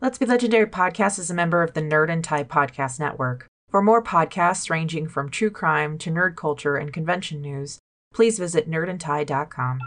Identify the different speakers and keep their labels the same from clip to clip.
Speaker 1: Let's Be Legendary podcast is a member of the Nerd and Tie Podcast Network. For more podcasts ranging from true crime to nerd culture and convention news, please visit nerdandtie.com.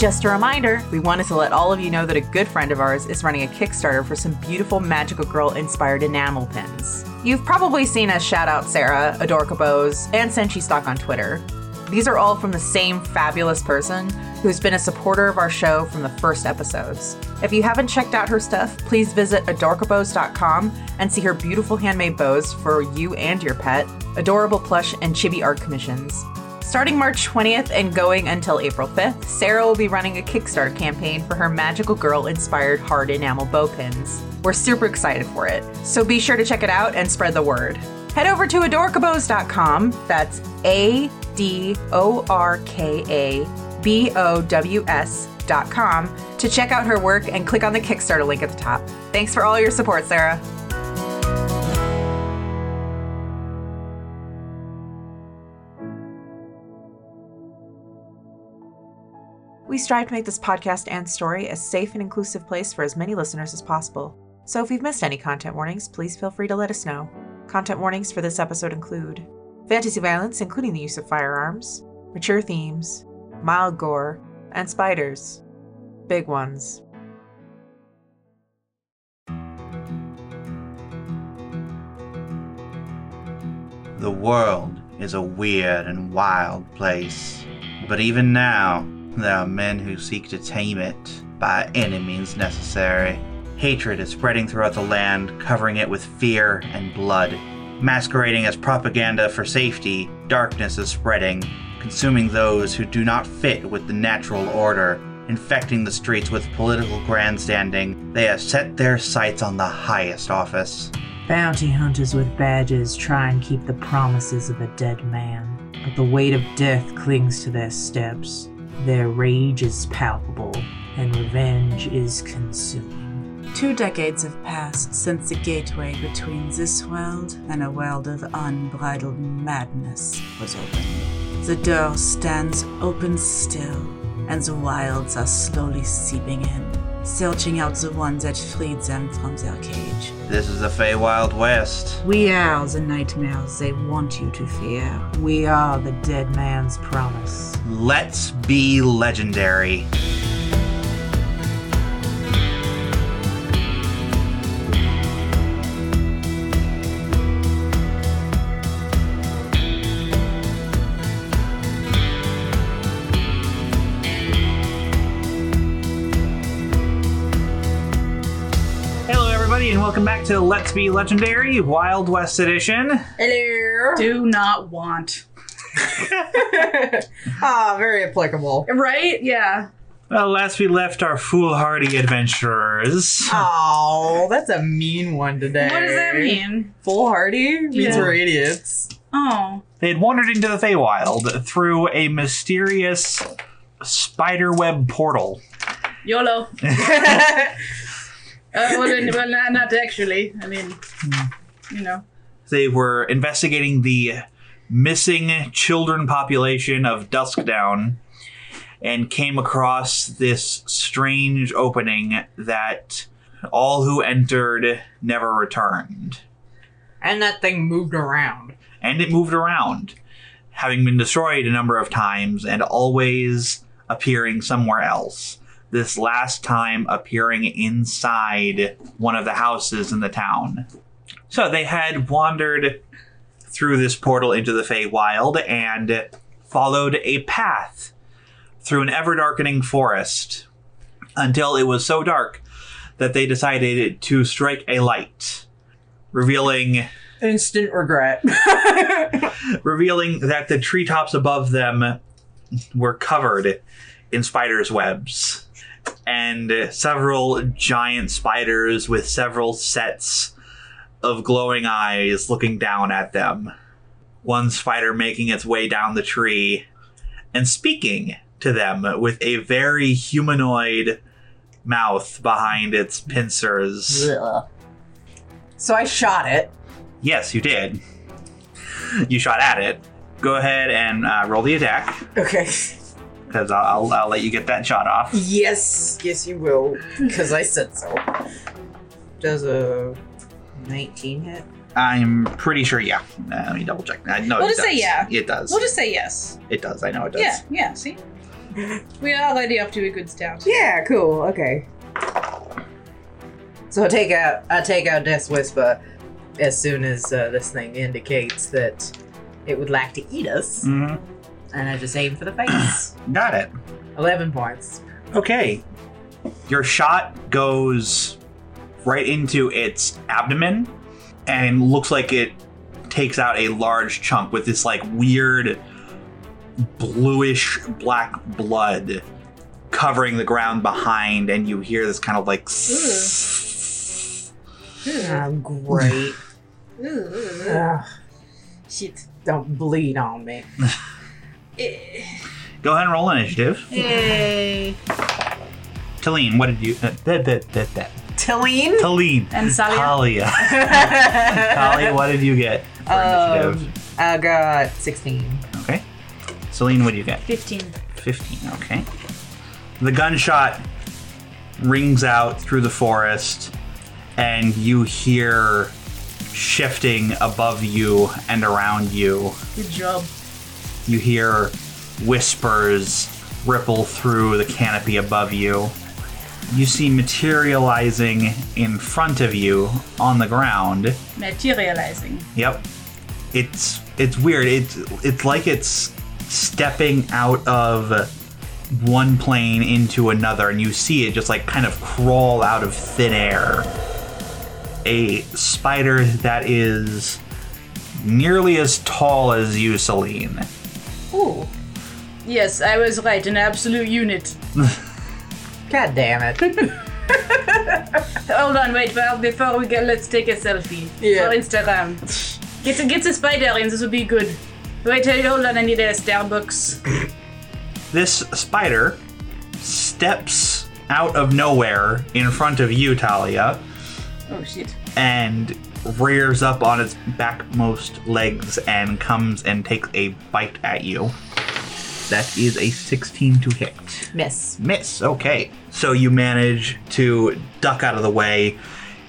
Speaker 1: Just a reminder, we wanted to let all of you know that a good friend of ours is running a Kickstarter for some beautiful Magical Girl inspired enamel pins. You've probably seen us shout out Sarah, Adorkabos, and Senshi Stock on Twitter. These are all from the same fabulous person who's been a supporter of our show from the first episodes. If you haven't checked out her stuff, please visit adorkabos.com and see her beautiful handmade bows for you and your pet, adorable plush, and chibi art commissions. Starting March 20th and going until April 5th, Sarah will be running a Kickstarter campaign for her Magical Girl inspired hard enamel bow pins. We're super excited for it, so be sure to check it out and spread the word. Head over to adorkabos.com, that's A D O R K A B O W S.com, to check out her work and click on the Kickstarter link at the top. Thanks for all your support, Sarah. We strive to make this podcast and story a safe and inclusive place for as many listeners as possible. So if we've missed any content warnings, please feel free to let us know. Content warnings for this episode include fantasy violence, including the use of firearms, mature themes, mild gore, and spiders. Big ones.
Speaker 2: The world is a weird and wild place, but even now, there are men who seek to tame it by any means necessary. Hatred is spreading throughout the land, covering it with fear and blood. Masquerading as propaganda for safety, darkness is spreading, consuming those who do not fit with the natural order. Infecting the streets with political grandstanding, they have set their sights on the highest office.
Speaker 3: Bounty hunters with badges try and keep the promises of a dead man, but the weight of death clings to their steps. Their rage is palpable, and revenge is consuming.
Speaker 4: Two decades have passed since the gateway between this world and a world of unbridled madness was opened. The door stands open still, and the wilds are slowly seeping in, searching out the one that freed them from their cage.
Speaker 2: This is the Feywild West.
Speaker 4: We are the nightmares they want you to fear.
Speaker 3: We are the dead man's promise.
Speaker 2: Let's be legendary.
Speaker 5: Hello, everybody, and welcome back to Let's Be Legendary Wild West Edition.
Speaker 6: Hello.
Speaker 4: Do not want.
Speaker 6: Ah, very applicable.
Speaker 4: Right? Yeah.
Speaker 5: Well, Uh, last we left our foolhardy adventurers.
Speaker 6: Oh, that's a mean one today.
Speaker 4: What does that mean?
Speaker 6: Foolhardy means
Speaker 4: Yeah.
Speaker 6: we're idiots.
Speaker 4: Oh.
Speaker 5: They had wandered into the Feywild through a mysterious spiderweb portal.
Speaker 7: YOLO. uh, well, then- well, not, not actually. I mean, you know.
Speaker 5: They were investigating the missing children population of Duskdown and came across this strange opening that all who entered never returned.
Speaker 6: And that thing moved around.
Speaker 5: and it moved around, having been destroyed a number of times and always appearing somewhere else. This last time appearing inside one of the houses in the town. So they had wandered through this portal into the Feywild and followed a path through an ever darkening forest until it was so dark that they decided to strike a light, revealing
Speaker 6: Instant regret.
Speaker 5: revealing that the treetops above them were covered in spiders' webs. And several giant spiders with several sets of glowing eyes looking down at them. One spider making its way down the tree and speaking to them with a very humanoid mouth behind its pincers.
Speaker 6: so I shot it.
Speaker 5: Yes, you did. You shot at it. Go ahead and uh, roll the attack.
Speaker 6: Okay.
Speaker 5: Because because I'll, I'll, I'll let you get that shot off.
Speaker 1: Yes, yes, you will, because I said so. Does a 19 hit?
Speaker 5: I'm pretty sure, yeah. Uh, let me double check. I know
Speaker 4: We'll
Speaker 5: it
Speaker 4: just say
Speaker 5: does.
Speaker 4: yeah.
Speaker 5: It does.
Speaker 4: We'll just say yes.
Speaker 5: it does. I know it does.
Speaker 4: Yeah, yeah, see? we are already off to a good start.
Speaker 1: Yeah, cool. Okay. So I take out I take out Death's Whisper as soon as uh, this thing indicates that it would like to eat us,
Speaker 5: Mhm.
Speaker 1: and I just aim for the face.
Speaker 5: Got it.
Speaker 1: Eleven points.
Speaker 5: Okay. Your shot goes right into its abdomen and looks like it takes out a large chunk with this like weird bluish black blood covering the ground behind and you hear this kind of like s-
Speaker 1: Oh, great.
Speaker 4: Ooh, ooh, ooh.
Speaker 1: Ugh,
Speaker 4: Shit.
Speaker 1: don't bleed on me.
Speaker 4: Eh.
Speaker 5: Go ahead and roll initiative.
Speaker 4: Yay.
Speaker 5: Talene, what did you uh, that that that that
Speaker 1: Tilleen.
Speaker 5: Talene.
Speaker 4: And Salia.
Speaker 5: Talia. Talia,
Speaker 1: I
Speaker 5: what did you get for
Speaker 1: Um,
Speaker 5: initiative?
Speaker 1: got sixteen.
Speaker 5: Okay. Celine, what do you get?
Speaker 4: 15.
Speaker 5: 15, okay. The gunshot rings out through the forest, and you hear shifting above you and around you.
Speaker 4: Good job.
Speaker 5: You hear whispers ripple through the canopy above you. You see materializing in front of you on the ground.
Speaker 4: Materializing.
Speaker 5: Yep. It's it's weird. It's it's like it's stepping out of one plane into another and you see it just like kind of crawl out of thin air. A spider that is nearly as tall as you, Celine.
Speaker 4: Ooh. Yes, I was right. An absolute unit.
Speaker 1: God damn it.
Speaker 4: Hold on, wait. Well, before we get, let's take a selfie
Speaker 1: Yeah.
Speaker 4: for Instagram. Get get the spider in. This will be good. Wait, hey, hold on. I need a Starbucks.
Speaker 5: This spider steps out of nowhere in front of you, Talia.
Speaker 4: Oh shit.
Speaker 5: and rears up on its backmost legs and comes and takes a bite at you. That is a 16 to hit.
Speaker 1: Miss.
Speaker 5: Miss, okay. So you manage to duck out of the way,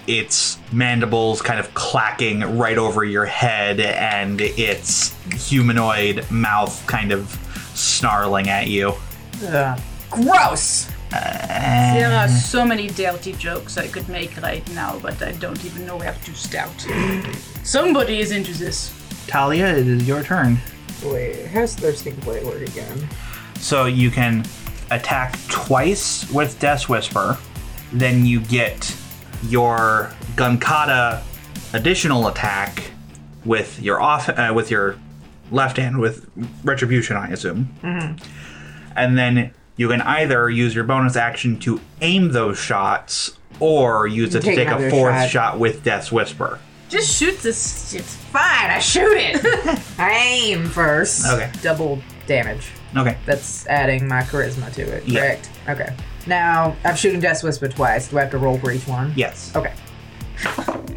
Speaker 5: its mandibles kind of clacking right over your head, and its humanoid mouth kind of snarling at you.
Speaker 1: Ugh. Gross.
Speaker 4: There are so many dirty jokes I could make right now, but I don't even know where to start. Somebody is into this.
Speaker 5: Talia, it is your turn.
Speaker 1: Wait, how's thirsty blade work again?
Speaker 5: So you can attack twice with Death Whisper, then you get your Gunkata additional attack with your off uh, with your left hand with Retribution, I assume,
Speaker 1: Mm-hmm.
Speaker 5: and then you can either use your bonus action to aim those shots or use it
Speaker 1: Take
Speaker 5: to take a
Speaker 1: another
Speaker 5: fourth shot.
Speaker 1: shot.
Speaker 5: with Death's Whisper.
Speaker 4: Just shoot this shit.
Speaker 1: Fine, I shoot it. I aim first.
Speaker 5: Okay.
Speaker 1: Double damage.
Speaker 5: Okay.
Speaker 1: That's adding my charisma to it,
Speaker 5: Yeah.
Speaker 1: correct? Okay. Now, I'm shooting Death Whisper twice. Do I have to roll for each one?
Speaker 5: Yes.
Speaker 1: Okay.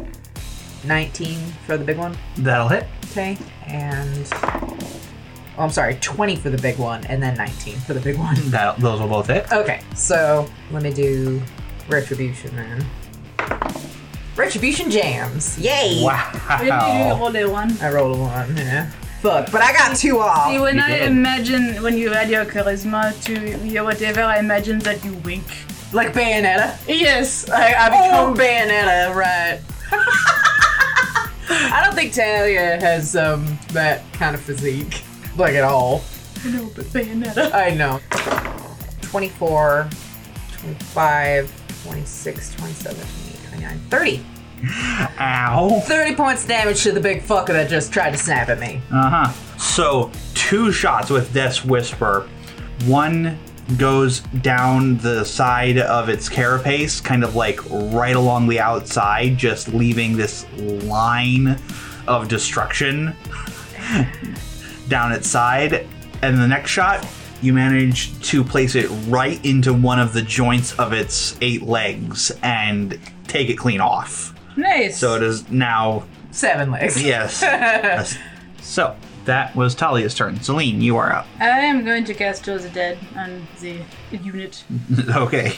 Speaker 1: 19 for the big one.
Speaker 5: That'll hit.
Speaker 1: Okay. And. Oh, I'm sorry, 20 for the big one, and then 19 for the big one.
Speaker 5: That those will both hit.
Speaker 1: Okay, so let me do Retribution then. Retribution jams. Yay!
Speaker 5: Wow.
Speaker 4: Roll a one.
Speaker 1: I rolled a one, yeah. Fuck, but I got two
Speaker 4: See,
Speaker 1: off.
Speaker 4: when
Speaker 5: You
Speaker 4: I
Speaker 5: did.
Speaker 4: imagine when you add your charisma to your whatever, I imagine that you wink.
Speaker 1: Like Bayonetta.
Speaker 4: Yes,
Speaker 1: I, I become
Speaker 4: Oh.
Speaker 1: Bayonetta, right. I don't think Talia has um, that kind of physique, like at all.
Speaker 4: No, but Bayonetta.
Speaker 1: I know. 24, 25, 26, 27, 28, 29, 30.
Speaker 5: Ow.
Speaker 1: 30 points damage to the big fucker that just tried to snap at me.
Speaker 5: Uh huh. So two shots with Death's Whisper. One goes down the side of its carapace, kind of like right along the outside, just leaving this line of destruction down its side. And the next shot, you manage to place it right into one of the joints of its eight legs and take it clean off.
Speaker 4: Nice.
Speaker 5: So it is now
Speaker 1: Seven legs.
Speaker 5: Yes. so, That was Talia's turn. Celine, you are up.
Speaker 4: I am going to cast Jaws of the Dead on the unit.
Speaker 5: okay.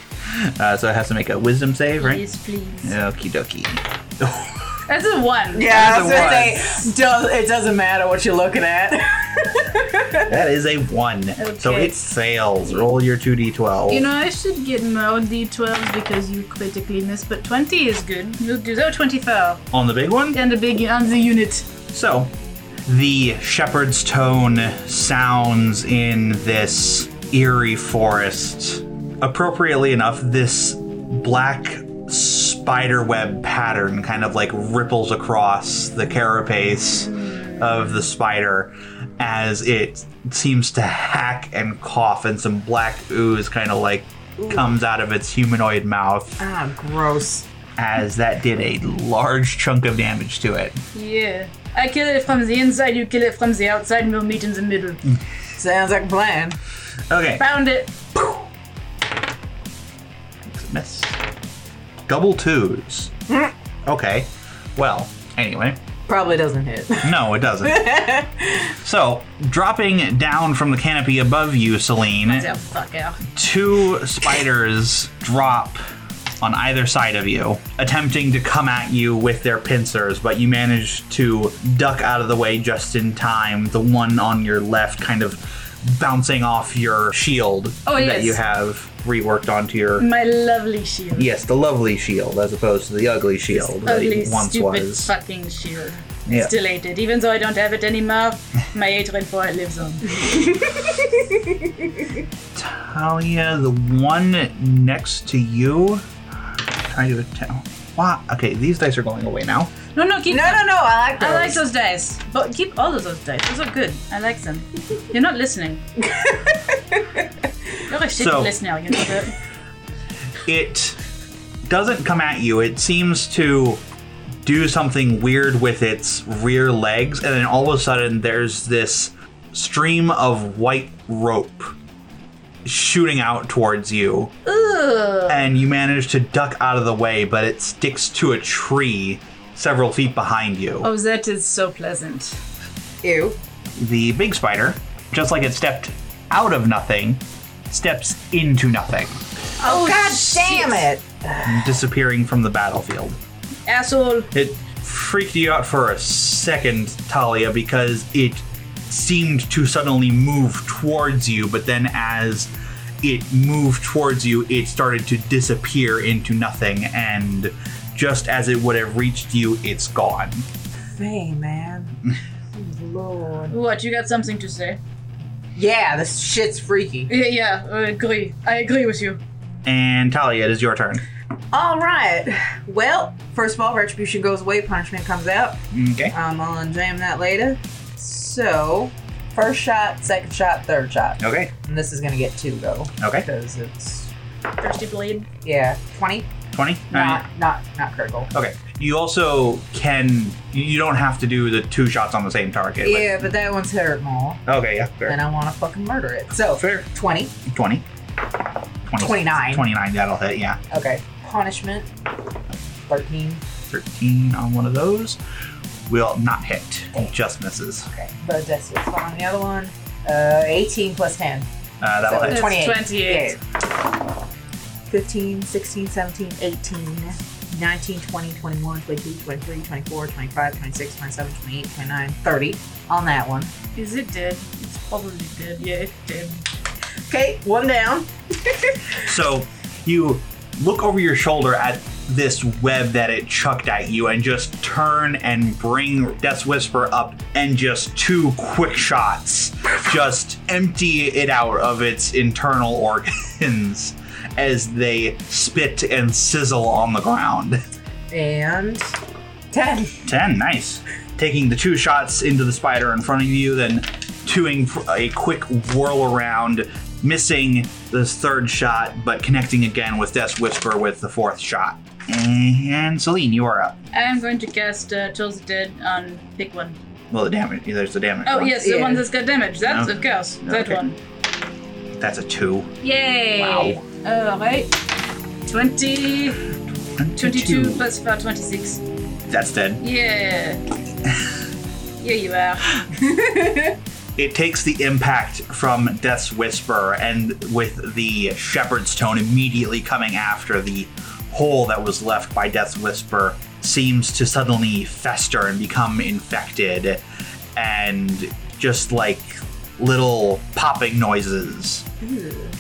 Speaker 5: Uh, so it has to make a wisdom save, right?
Speaker 4: Please, please.
Speaker 5: Okie dokie.
Speaker 4: That's a one.
Speaker 1: Yeah, I
Speaker 5: That
Speaker 1: was
Speaker 5: is a
Speaker 1: gonna say, does, it doesn't matter what you're looking at.
Speaker 5: that is a one. So
Speaker 4: Okay.
Speaker 5: it fails. Roll your 2d12.
Speaker 4: You know, I should get more d12s because you critically missed, but 20 is good. You'll do so. 24.
Speaker 5: on the big one?
Speaker 4: And the big on the unit.
Speaker 5: So, the shepherd's tone sounds in this eerie forest. Appropriately enough, this black spiderweb pattern kind of like ripples across the carapace of the spider as it seems to hack and cough, and some black ooze kind of like comes out of its humanoid mouth
Speaker 1: Ah, gross.
Speaker 5: as that did a large chunk of damage to it.
Speaker 4: Yeah. I kill it from the inside, you kill it from the outside, and we'll meet in the middle.
Speaker 5: Mm.
Speaker 1: Sounds like a plan.
Speaker 5: Okay.
Speaker 4: Found it.
Speaker 5: Miss. Double twos.
Speaker 4: Hmm.
Speaker 5: okay. Well, anyway.
Speaker 1: Probably doesn't hit.
Speaker 5: No, it doesn't. so, dropping down from the canopy above you, Celine,
Speaker 4: Oh, fuck out.
Speaker 5: two spiders drop on either side of you, attempting to come at you with their pincers, but you manage to duck out of the way just in time. The one on your left kind of bouncing off your shield
Speaker 4: Oh,
Speaker 5: that
Speaker 4: yes.
Speaker 5: you have reworked onto your
Speaker 4: My lovely shield.
Speaker 5: Yes, the lovely shield as opposed to the ugly shield that
Speaker 4: Ugly,
Speaker 5: it once
Speaker 4: stupid
Speaker 5: was.
Speaker 4: fucking shield.
Speaker 5: Yeah.
Speaker 4: Still hate it. Even though I don't have it anymore, my hatred for it lives on.
Speaker 5: Talia, the one next to you. Try to attack. Wow. Okay, these dice are going away now.
Speaker 4: No, no, keep
Speaker 1: No, no, no. I like
Speaker 4: I like
Speaker 1: those.
Speaker 4: those dice. But keep all of those dice. Those are good. I like them. You're not listening. You're a shitty
Speaker 5: So-
Speaker 4: listener, you know that?
Speaker 5: It doesn't come at you. It seems to do something weird with its rear legs, and then all of a sudden there's this stream of white rope shooting out towards you. And you manage to duck out of the way, but it sticks to a tree several feet behind you.
Speaker 4: Oh, that is so pleasant.
Speaker 1: Ew.
Speaker 5: The big spider, just like it stepped out of nothing, steps into nothing,
Speaker 4: Oh,
Speaker 1: God damn it.
Speaker 5: disappearing from the battlefield.
Speaker 4: Asshole.
Speaker 5: It freaked you out for a second, Talia, because it seemed to suddenly move towards you, but then as it moved towards you, it started to disappear into nothing, and just as it would have reached you, it's gone.
Speaker 1: Hey, man. Lord.
Speaker 4: What, you got something to say?
Speaker 1: Yeah, this shit's freaky.
Speaker 4: Yeah, yeah, I agree. I agree with you.
Speaker 5: And Talia, it is your turn.
Speaker 1: All right. Well, first of all, retribution goes away. Punishment comes out.
Speaker 5: Okay.
Speaker 1: Um, I'll unjam that later. So, first shot, second shot, third shot.
Speaker 5: Okay.
Speaker 1: And this is gonna get two though,
Speaker 5: Okay.
Speaker 1: because it's
Speaker 4: Thirsty blade.
Speaker 1: yeah, twenty.
Speaker 5: 20?
Speaker 1: Not not not critical.
Speaker 5: Okay. You also can, you don't have to do the two shots on the same target. but-
Speaker 1: Yeah, but that one's hurt more,
Speaker 5: okay, yeah, fair.
Speaker 1: and I want to fucking murder it. So
Speaker 5: Fair.
Speaker 1: twenty.
Speaker 5: 20. 20
Speaker 1: 29.
Speaker 5: 29, that'll hit, yeah.
Speaker 1: Okay. Punishment. Thirteen.
Speaker 5: 13 on one of those will not hit. Just misses.
Speaker 1: Okay. But that's what's on the other one. Uh, eighteen plus ten.
Speaker 5: Uh, that'll
Speaker 1: So
Speaker 5: hit.
Speaker 4: That's
Speaker 1: 28.
Speaker 4: 28.
Speaker 1: 15, 16, 17, 18, 19, 20, 21, 22, 23, 24, 25, 26, 27, 28, 29, 30 on that one.
Speaker 4: Is it dead? It's probably dead. Yeah, it's dead.
Speaker 1: Okay, one down.
Speaker 5: So you look over your shoulder at this web that it chucked at you and just turn and bring Death's Whisper up and just two quick shots just empty it out of its internal organs as they spit and sizzle on the ground.
Speaker 1: And 10.
Speaker 5: 10, nice. Taking the two shots into the spider in front of you, then doing a quick whirl around, missing this third shot, but connecting again with Death's Whisper with the fourth shot. And Celine, you are up.
Speaker 4: I am going to cast uh, Chose the Dead on pick one.
Speaker 5: Well, the damage, there's the damage.
Speaker 4: Oh
Speaker 5: one.
Speaker 4: yes, the
Speaker 1: Yeah.
Speaker 4: one that's got damage. That's
Speaker 5: No.
Speaker 4: of course. That
Speaker 5: Okay.
Speaker 4: one.
Speaker 5: That's a two.
Speaker 4: Yay!
Speaker 5: Wow.
Speaker 4: Alright. 20, 22
Speaker 5: Two.
Speaker 4: plus 4, 26.
Speaker 5: That's dead.
Speaker 4: Yeah. Yeah, you are.
Speaker 5: It takes the impact from Death's Whisper and with the Shepherd's Tone immediately coming after the hole that was left by Death's Whisper seems to suddenly fester and become infected and just like little popping noises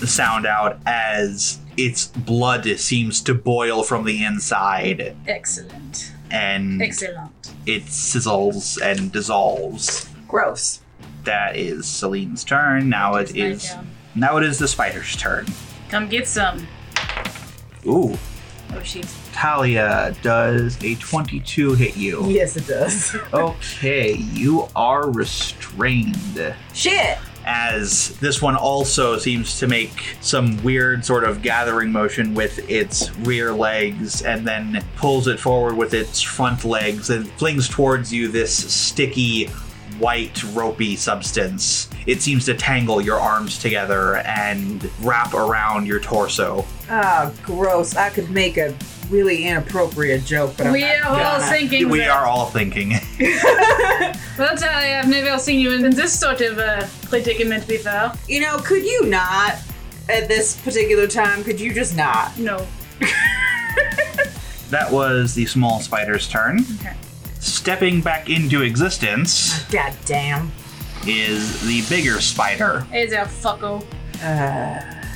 Speaker 5: sound out as its blood seems to boil from the inside
Speaker 4: Excellent.
Speaker 5: and
Speaker 4: Excellent.
Speaker 5: it sizzles and dissolves.
Speaker 8: Gross.
Speaker 5: That is Celine's turn. Now it
Speaker 4: It's my
Speaker 5: is
Speaker 4: turn.
Speaker 5: now it is the spider's turn.
Speaker 4: Come get some.
Speaker 5: Ooh.
Speaker 4: Oh shit.
Speaker 5: Talia does a 22 hit you.
Speaker 1: Yes, it does.
Speaker 5: Okay, you are restrained.
Speaker 8: Shit.
Speaker 5: As this one also seems to make some weird sort of gathering motion with its rear legs and then pulls it forward with its front legs and flings towards you this sticky, white, ropey substance. It seems to tangle your arms together and wrap around your torso.
Speaker 1: Ah, gross. I could make a really inappropriate joke, but I'm
Speaker 4: We
Speaker 1: not
Speaker 4: are all
Speaker 1: gonna.
Speaker 4: thinking.
Speaker 5: We
Speaker 4: that-
Speaker 5: are all thinking.
Speaker 4: Well, Talia, I've never seen you in this sort of uh, predicament before.
Speaker 1: You know, could you not at this particular time? Could you just not?
Speaker 4: No.
Speaker 5: That was the small spider's turn.
Speaker 4: Okay.
Speaker 5: Stepping back into existence
Speaker 1: God damn.
Speaker 5: is the bigger spider.
Speaker 4: It's a fucko.
Speaker 1: Uh,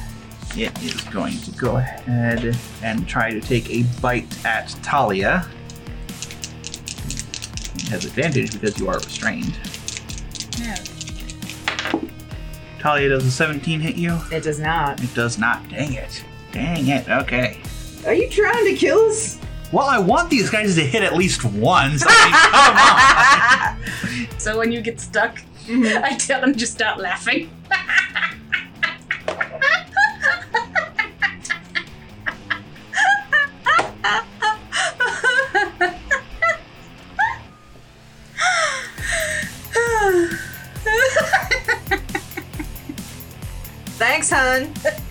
Speaker 5: It is going to go ahead and try to take a bite at Talia. It has advantage because you are restrained.
Speaker 4: Yeah.
Speaker 5: Talia does a 17 hit you?
Speaker 1: it does not.
Speaker 5: It does not. Dang it. Dang it. Okay.
Speaker 1: Are you trying to kill us?
Speaker 5: Well, I want these guys to hit at least once. I
Speaker 4: So when you get stuck, I tell him just start laughing.
Speaker 1: Thanks, hun.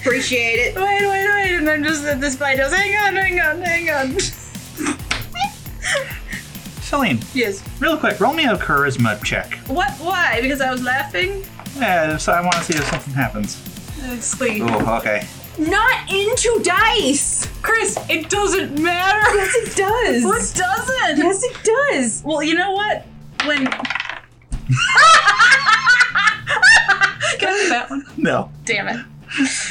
Speaker 1: Appreciate it.
Speaker 4: Wait, wait, wait, and then just the spider. Hang on, hang on, hang on.
Speaker 5: mean, come on. Celine,
Speaker 4: Yes.
Speaker 5: real quick, roll me a charisma check.
Speaker 4: What? Why? Because I was laughing.
Speaker 5: Yeah, so I want to see if something happens.
Speaker 4: It's like,
Speaker 5: Oh, okay.
Speaker 1: Not into dice.
Speaker 4: Chris, it doesn't matter.
Speaker 1: Yes, it does.
Speaker 4: What doesn't?
Speaker 1: Yes, it does.
Speaker 4: Well, you know what? When. Can I do that one?
Speaker 5: No.
Speaker 4: Damn it.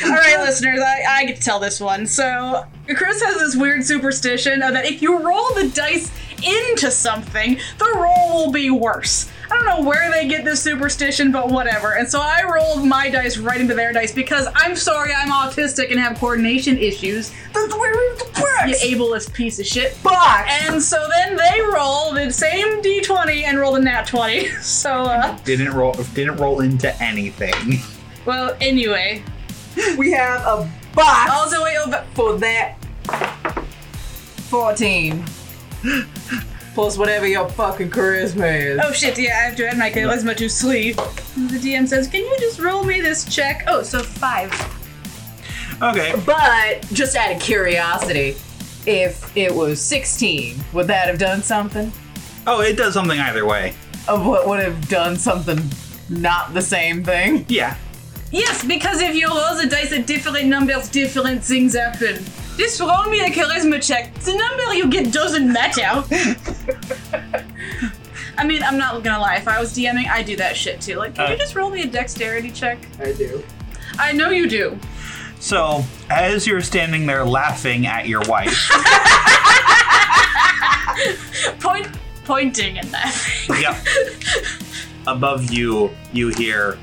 Speaker 4: All right, listeners, I, I get to tell this one. So, Chris has this weird superstition of that if you roll the dice into something, the roll will be worse. I don't know where they get this superstition, but whatever. And so I rolled my dice right into their dice because I'm sorry I'm autistic and have coordination issues. That's the way it works. You ableist piece of shit.
Speaker 1: Fuck.
Speaker 4: And so then they roll the same d20 and roll the nat 20. So, uh,
Speaker 5: Didn't roll didn't roll into anything.
Speaker 4: well, anyway.
Speaker 1: We have a box
Speaker 4: Also, wait, oh, but-
Speaker 1: for that. 14. Plus whatever your fucking charisma is.
Speaker 4: oh shit, yeah, I have to add my charisma to sleep. The DM says, can you just roll me this check? Oh, so five.
Speaker 5: Okay.
Speaker 1: But just out of curiosity, if it was 16, would that have done something?
Speaker 5: Oh, it does something either way.
Speaker 1: Of what would have done something not the same thing?
Speaker 5: Yeah.
Speaker 4: Yes, because if you roll the dice at different numbers, different things happen. Just roll me a charisma check. The number you get doesn't matter. I mean, I'm not gonna lie. If I was DMing, I do that shit too. Like, can you
Speaker 5: Uh.
Speaker 4: just roll me a dexterity check?
Speaker 1: I do.
Speaker 4: I know you do.
Speaker 5: So as you're standing there laughing at your wife,
Speaker 4: Point, pointing in that.
Speaker 5: yep. Above you, you hear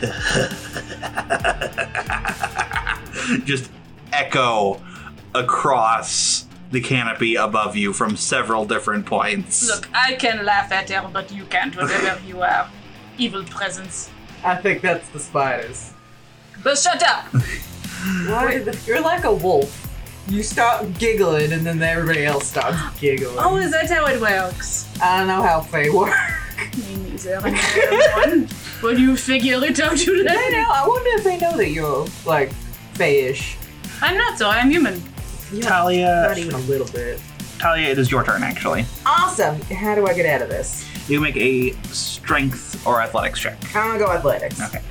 Speaker 5: just echo across the canopy above you from several different points.
Speaker 4: Look, I can laugh at her, but you can't. Whatever you are, evil presence.
Speaker 1: I think that's the spiders.
Speaker 4: But shut up.
Speaker 1: You're like a wolf. You start giggling and then everybody else starts giggling.
Speaker 4: Oh, is that how it works?
Speaker 1: I don't know how Faye works.
Speaker 4: Me neither. everyone. But you figure it out you
Speaker 1: I know.
Speaker 4: later.
Speaker 1: I wonder if they know that you're like Faye-ish.
Speaker 4: I'm not so. I'm human.
Speaker 5: Talia
Speaker 1: Not even a little bit.
Speaker 5: Talia, it is your turn, actually.
Speaker 1: Awesome. How do I get out of this?
Speaker 5: You make a strength or athletics check.
Speaker 1: I'm gonna go athletics.
Speaker 5: Okay.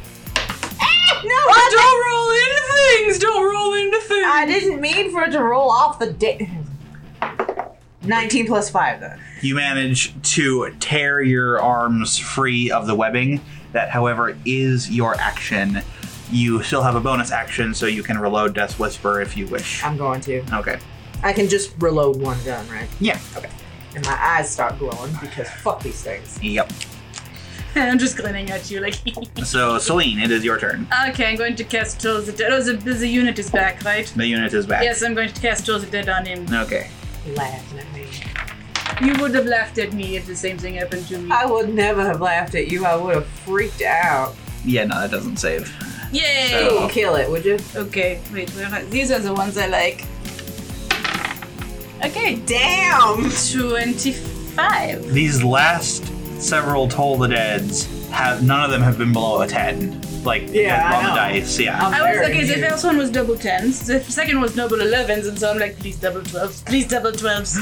Speaker 1: No, I don't.
Speaker 4: Oh, roll into things. Don't roll into things.
Speaker 1: I didn't mean for it to roll off the day. 19 plus 5, then.
Speaker 5: You manage to tear your arms free of the webbing. That, however, is your action. You still have a bonus action, so you can reload Death Whisper if you wish.
Speaker 1: I'm going to.
Speaker 5: Okay.
Speaker 1: I can just reload one gun, right?
Speaker 5: Yeah.
Speaker 1: And my eyes start glowing because fuck these things.
Speaker 5: Yep.
Speaker 4: I'm just grinning at you, like.
Speaker 5: So, Celine, it is your turn.
Speaker 4: okay, I'm going to cast Toll the Dead. Oh, the, the unit is back, right?
Speaker 5: The unit is back.
Speaker 4: Yes, I'm going to cast Toll the Dead on him.
Speaker 5: Okay.
Speaker 1: Laughing at me.
Speaker 4: You would have laughed at me if the same thing happened to me.
Speaker 1: I would never have laughed at you. I would have freaked out.
Speaker 5: Yeah, no, that doesn't save.
Speaker 4: Yay!
Speaker 5: So-
Speaker 1: Ooh, kill it, would you?
Speaker 4: Okay, wait, where are, these are the ones I like. Okay,
Speaker 1: Damn!
Speaker 4: 25.
Speaker 5: These last several Toll the Deads have none of them have been below a 10. Like,
Speaker 1: Yeah, I
Speaker 5: on the
Speaker 1: know.
Speaker 5: dice. Yeah.
Speaker 1: I'm
Speaker 4: I was
Speaker 1: very
Speaker 4: okay, the
Speaker 1: new.
Speaker 4: first one was double 10s, the second was double 11s, and so I'm like, please double 12s, please double 12s.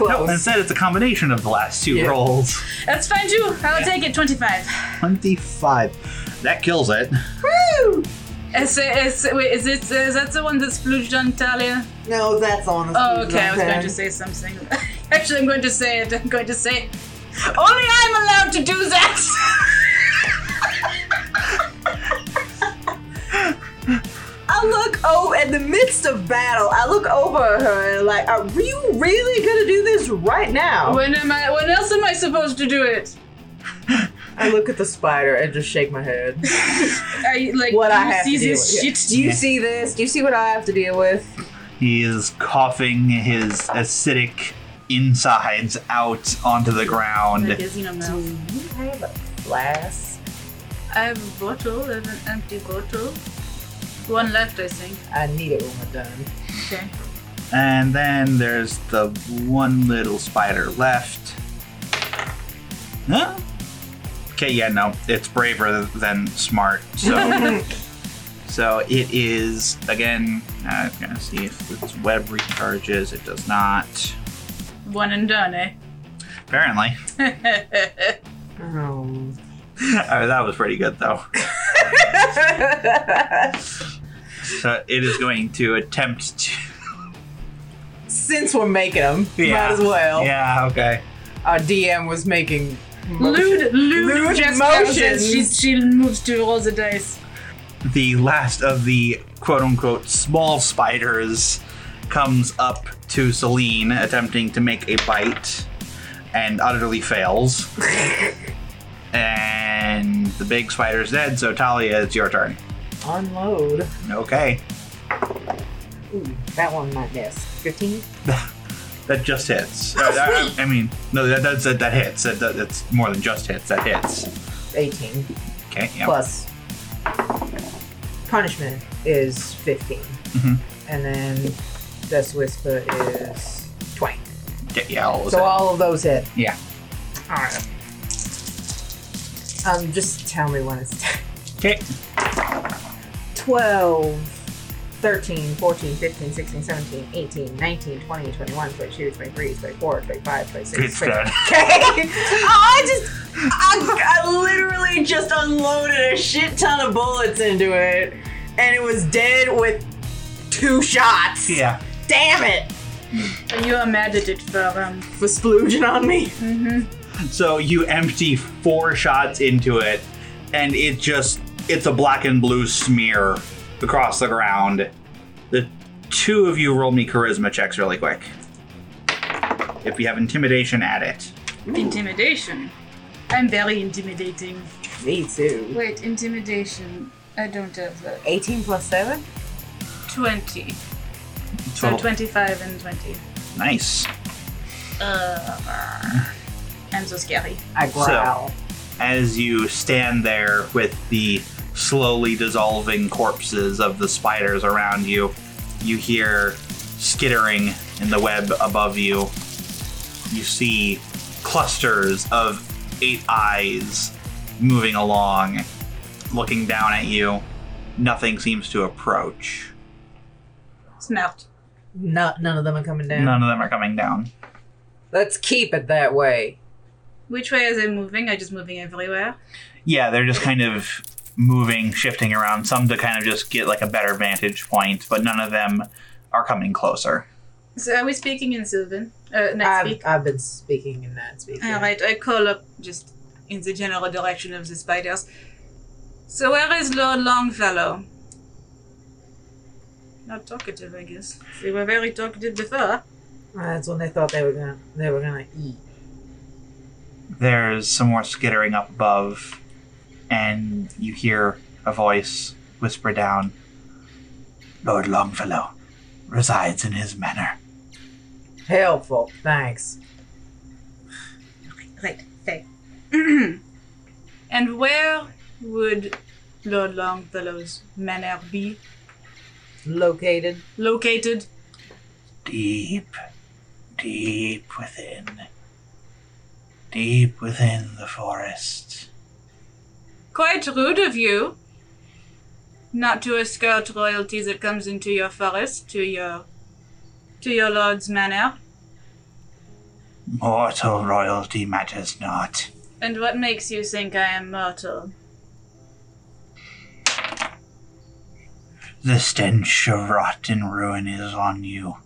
Speaker 5: No,
Speaker 1: close.
Speaker 5: instead, it's a combination of the last two
Speaker 1: Yeah.
Speaker 5: rolls.
Speaker 4: That's fine too, I'll take it, 25.
Speaker 5: 25. That kills it.
Speaker 4: Is, is, wait, is, it, uh, is that the one that's splooged on Talia?
Speaker 1: No, that's on us.
Speaker 4: Oh, okay, I was going to say something. Actually, I'm going to say it, I'm going to say it. Only I'm allowed to do that!
Speaker 1: I look over in the midst of battle. I look over at her and like, are you really gonna do this right now?
Speaker 4: when am I, when else am I supposed to do it?
Speaker 1: I look at the spider and just shake my head.
Speaker 4: I like
Speaker 1: what
Speaker 4: you
Speaker 1: I have
Speaker 4: see
Speaker 1: to deal
Speaker 4: this
Speaker 1: with. Yeah.
Speaker 4: shit.
Speaker 1: Do you see this? Do you see what I have to deal with?
Speaker 5: He is coughing his acidic insides out onto the
Speaker 4: Like,
Speaker 5: ground.
Speaker 4: is, you know,
Speaker 1: Do
Speaker 4: mouth.
Speaker 1: you have a flask?
Speaker 4: I have a bottle, I have an empty bottle. One left, I think.
Speaker 1: I need it when we're done.
Speaker 4: Okay.
Speaker 5: And then there's the one little spider left. Huh? Okay, yeah, no, it's braver than smart. So, so it is again. I'm gonna see if its web recharges. It does not.
Speaker 4: One and done, eh?
Speaker 5: Apparently,
Speaker 1: Um,
Speaker 5: I mean, that was pretty good though.
Speaker 1: Oh.
Speaker 5: so it is going to attempt to.
Speaker 1: Since we're making them, might as well.
Speaker 5: Yeah, okay.
Speaker 1: Our DM was making
Speaker 4: Lewd, lewd,
Speaker 1: Lewd
Speaker 4: just
Speaker 1: motions.
Speaker 4: motions. She, she moves to roll the dice.
Speaker 5: The last of the quote unquote small spiders comes up to Celine, attempting to make a bite, and utterly fails. and the big spider's dead, so Talia, it's your turn.
Speaker 1: unload.
Speaker 5: Okay.
Speaker 1: Ooh, that one might miss. 15?
Speaker 5: That just hits. Uh, that- I mean, no, that, that's, that, that hits. That, that, that's more than just hits. That hits.
Speaker 1: 18.
Speaker 5: Okay, yeah.
Speaker 1: Plus, punishment is 15.
Speaker 5: Mhm.
Speaker 1: And then Death Whisper is 20.
Speaker 5: Yeah, yeah, all of
Speaker 1: so
Speaker 5: it.
Speaker 1: all of those hit.
Speaker 5: Yeah.
Speaker 1: Alright. Um, just tell me when it's done.
Speaker 5: 'Kay.
Speaker 1: 12, 13, 14, 15, 16, 17, 18, 19, 20, 21, 22, 23, 24, 25, 26,
Speaker 5: It's done.
Speaker 1: Okay. I just, I, I literally just unloaded a shit ton of bullets into it, and it was dead with two shots.
Speaker 5: Yeah.
Speaker 1: Damn it!
Speaker 4: You are mad at it for um.
Speaker 1: For splooging on me.
Speaker 4: Mm-hmm.
Speaker 5: So you empty four shots into it, and it just it's a black and blue smear across the ground. The two of you roll me charisma checks really quick. If you have intimidation at it.
Speaker 4: Intimidation. I'm very intimidating.
Speaker 1: Me too.
Speaker 4: Wait, intimidation. I don't have that.
Speaker 1: 18 plus 7?
Speaker 4: Twenty. So
Speaker 5: Total.
Speaker 4: twenty-five and twenty.
Speaker 5: Nice.
Speaker 4: Uh, I'm so scary.
Speaker 1: I growl.
Speaker 5: As you stand there with the slowly dissolving corpses of the spiders around you, you hear skittering in the web above you. You see clusters of eight eyes moving along, looking down at you. Nothing seems to approach.
Speaker 4: Smart.
Speaker 1: No, none of them are coming down.
Speaker 5: None of them are coming down.
Speaker 1: Let's keep it that way.
Speaker 4: Which way is it moving? I just moving everywhere.
Speaker 5: Yeah, they're just kind of moving, shifting around, some to kind of just get like a better vantage point, but none of them are coming closer.
Speaker 4: So are we speaking in Sylvan? Uh, next
Speaker 1: I've,
Speaker 4: week.
Speaker 1: I've been speaking and not speaking.
Speaker 4: All right, I call up just in the general direction of the spiders. So where is Lord Longfellow? Not talkative, I guess. They were very talkative before.
Speaker 1: That's when they thought they were gonna they were gonna eat.
Speaker 5: There's some more skittering up above, and you hear a voice whisper down Lord Longfellow resides in his manor.
Speaker 1: Helpful, thanks.
Speaker 4: Right, fair. and where would Lord Longfellow's manor be
Speaker 1: Located.
Speaker 4: located?
Speaker 5: Deep, deep within. Deep within the forest.
Speaker 4: Quite rude of you not to escort royalty that comes into your forest to your to your lord's manor.
Speaker 5: Mortal royalty matters not.
Speaker 4: And what makes you think I am mortal?
Speaker 5: The stench of rot and ruin is on you.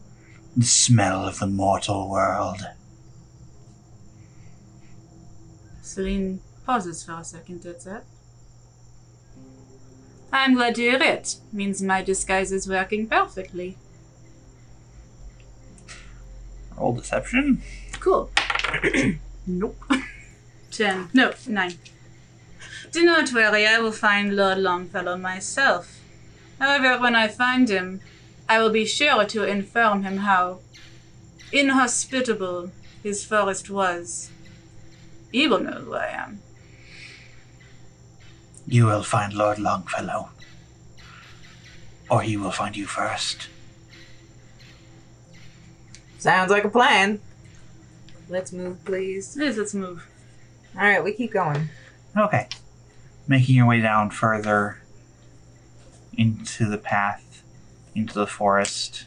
Speaker 5: The smell of the mortal world.
Speaker 4: Celine pauses for a second at that. I'm glad to hear it. Means my disguise is working perfectly.
Speaker 5: Roll deception?
Speaker 4: Cool. nope. Ten. No, nine. Do not worry, I will find Lord Longfellow myself. However, when I find him, I will be sure to inform him how inhospitable his forest was. He will know who I am.
Speaker 5: You will find Lord Longfellow. Or he will find you first.
Speaker 1: Sounds like a plan. Let's move, please.
Speaker 4: Liz, let's move.
Speaker 1: All right, we keep going.
Speaker 5: Okay. Making your way down further into the path, into the forest.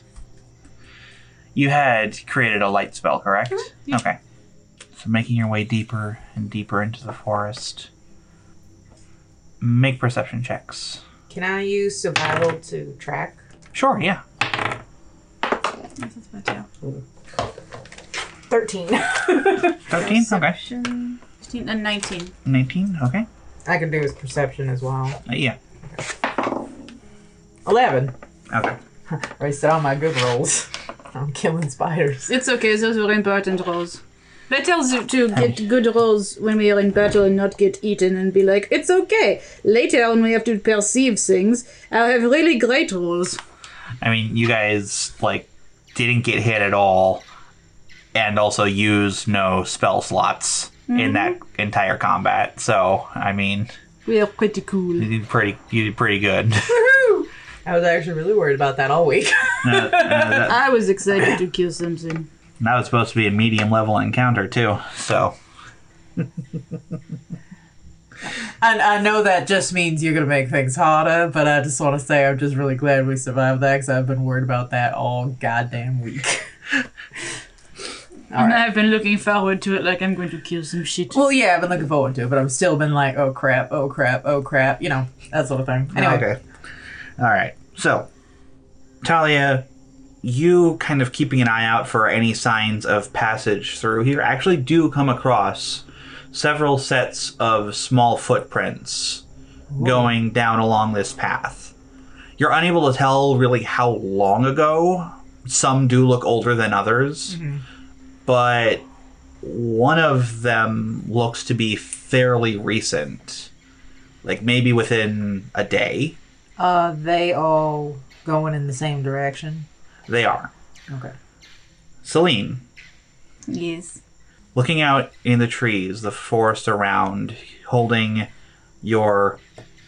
Speaker 5: You had created a light spell, correct?
Speaker 4: yeah.
Speaker 5: Okay. So making your way deeper and deeper into the forest. Make perception checks.
Speaker 1: Can I use survival to track?
Speaker 5: Sure, yeah.
Speaker 4: That's my tail.
Speaker 1: Thirteen.
Speaker 5: 13? Okay.
Speaker 4: Perception. 15 and 19.
Speaker 5: 19? Okay.
Speaker 1: I can do his perception as well.
Speaker 5: Uh, yeah.
Speaker 1: Eleven.
Speaker 5: Okay.
Speaker 1: Wasted all my good rolls. I'm killing spiders.
Speaker 4: It's okay, those were important rolls. Better to- to get good rolls when we are in battle and not get eaten and be like, it's okay. Later, when we have to perceive things, I'll have really great rolls.
Speaker 5: I mean, you guys like didn't get hit at all, and also used no spell slots in that entire combat. So, I mean,
Speaker 4: We are pretty cool.
Speaker 5: you did pretty, you did pretty good.
Speaker 1: I was actually really worried about that all week.
Speaker 5: Uh, that,
Speaker 4: I was excited to kill something.
Speaker 5: that was supposed to be a medium level encounter too. So,
Speaker 1: And I know that just means you're gonna make things harder, but I just want to say I'm just really glad we survived that because I've been worried about that all goddamn week.
Speaker 4: And I've been looking forward to it like I'm going to kill some shit.
Speaker 1: Well, yeah, I've been looking forward to it, but I've still been like, oh crap, oh crap, oh crap, you know, that sort of thing. Anyway,
Speaker 5: Okay. All right. So, Talia, you kind of keeping an eye out for any signs of passage through here actually do come across several sets of small footprints going down along this path. You're unable to tell really how long ago. Some do look older than others, but one of them looks to be fairly recent. Like maybe within a day.
Speaker 1: are uh, they all going in the same direction?
Speaker 5: They are.
Speaker 1: Okay.
Speaker 5: Celine,
Speaker 4: Yes.
Speaker 5: looking out in the trees, the forest around, holding your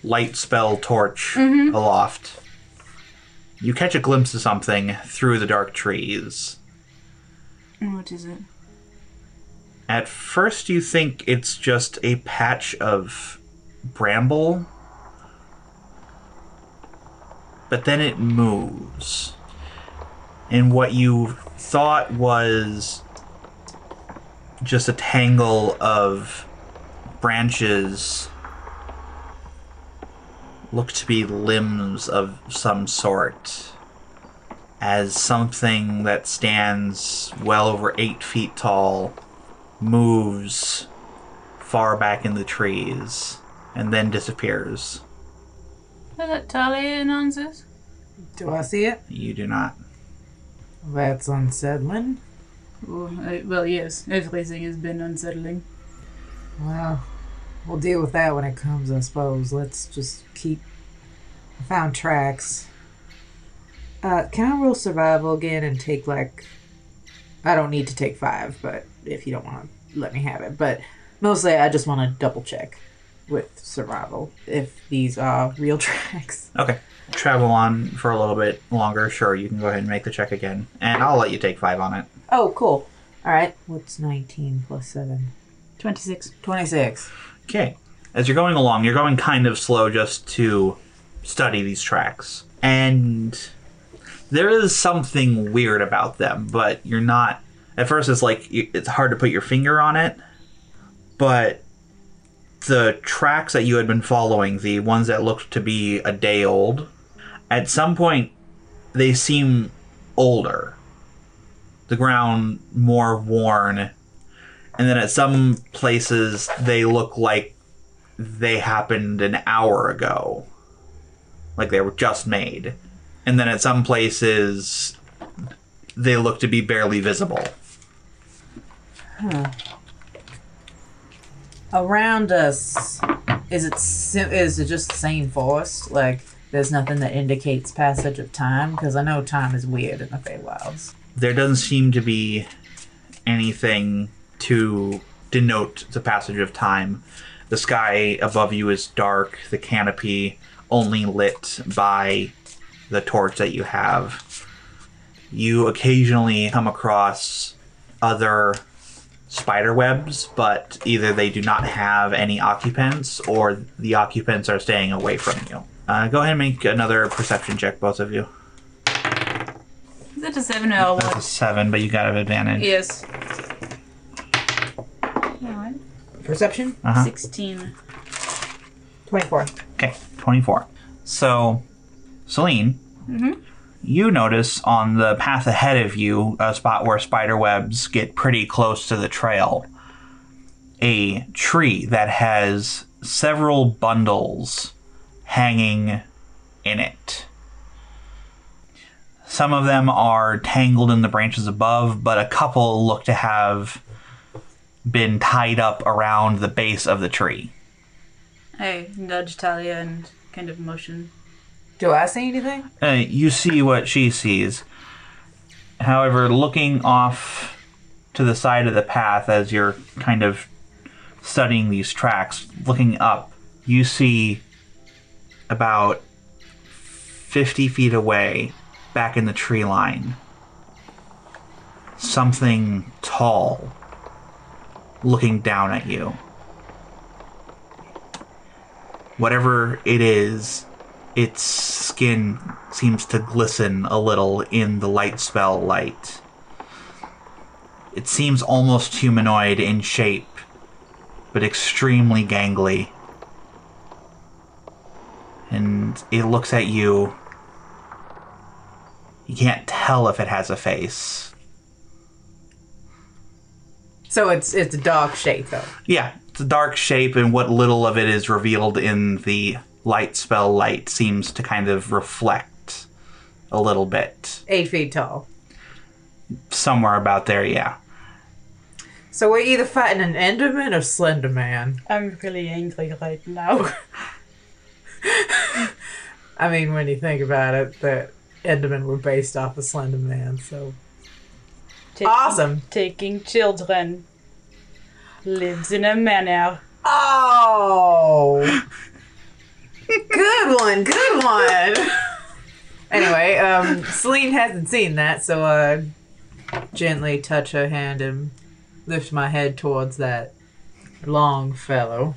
Speaker 5: light spell torch aloft, you catch a glimpse of something through the dark trees.
Speaker 4: What is it?
Speaker 5: At first, you think it's just a patch of bramble, but then it moves. in what you thought was just a tangle of branches look to be limbs of some sort as something that stands well over eight feet tall moves far back in the trees and then disappears.
Speaker 4: Is that Tali and Anzus?
Speaker 3: Do I see it?
Speaker 5: You do not.
Speaker 3: That's unsettling.
Speaker 4: Well, Oh, I- well, yes. Everything has been unsettling.
Speaker 3: Well, we'll deal with that when it comes, I suppose. Let's just keep. I found tracks. Uh, can I roll survival again and take like? I don't need to take five, but if you don't want to let me have it, but mostly I just want to double check with survival if these are real tracks.
Speaker 5: Okay. Travel on for a little bit longer. Sure, you can go ahead and make the check again. And I'll let you take five on it.
Speaker 3: Oh, cool. All right. What's nineteen plus seven?
Speaker 4: 26.
Speaker 3: Twenty-six.
Speaker 5: Okay. As you're going along, you're going kind of slow just to study these tracks. And there is something weird about them, but you're not. At first, it's like y- it's hard to put your finger on it, but the tracks that you had been following, the ones that looked to be a day old, at some point they seem older. The ground more worn and then at some places they look like they happened an hour ago like they were just made and then at some places they look to be barely visible
Speaker 3: around us is it sim- is it just the same forest like there's nothing that indicates passage of time because i know time is weird in the Feywilds.
Speaker 5: there doesn't seem to be anything to denote the passage of time the sky above you is dark the canopy only lit by the torch that you have you occasionally come across other spider webs, but either they do not have any occupants or the occupants are staying away from you. Uh, go ahead and make another perception check, both of you.
Speaker 4: Is that a 7 or
Speaker 5: That's a
Speaker 4: what?
Speaker 5: seven, but you got an advantage.
Speaker 4: Yes. Alright.
Speaker 1: Perception?
Speaker 5: Uh-huh.
Speaker 4: 16.
Speaker 1: 24.
Speaker 5: Okay, 24. So, Celine, you notice on the path ahead of you a spot where spider webs get pretty close to the trail. A tree that has several bundles hanging in it. Some of them are tangled in the branches above, but a couple look to have been tied up around the base of the tree.
Speaker 4: I nudge Talia and kind of motion.
Speaker 3: do i see anything
Speaker 5: uh, you see what she sees. However, looking off to the side of the path as you're kind of studying these tracks, looking up, you see about 50 feet away, back in the tree line, something tall looking down at you. Whatever it is, its skin seems to glisten a little in the light spell light. It seems almost humanoid in shape, but extremely gangly. And it looks at you. You can't tell if it has a face.
Speaker 1: So it's it's a dog shape though.
Speaker 5: Yeah, it's a dark shape, and what little of it is revealed in the light spell light seems to kind of reflect a little bit.
Speaker 1: Eight feet tall.
Speaker 5: somewhere about there, yeah.
Speaker 1: So we're either fighting an Enderman or Slender Man.
Speaker 4: I'm really angry right now.
Speaker 1: I mean, when you think about it, the Endermen were based off of Slender Man, so
Speaker 4: Ah.
Speaker 1: awesome.
Speaker 4: Taking children. Lives in a manor.
Speaker 1: Oh, good one, good one. anyway, um, Celine hasn't seen that, so I gently touch her hand and lift my head towards that long fellow.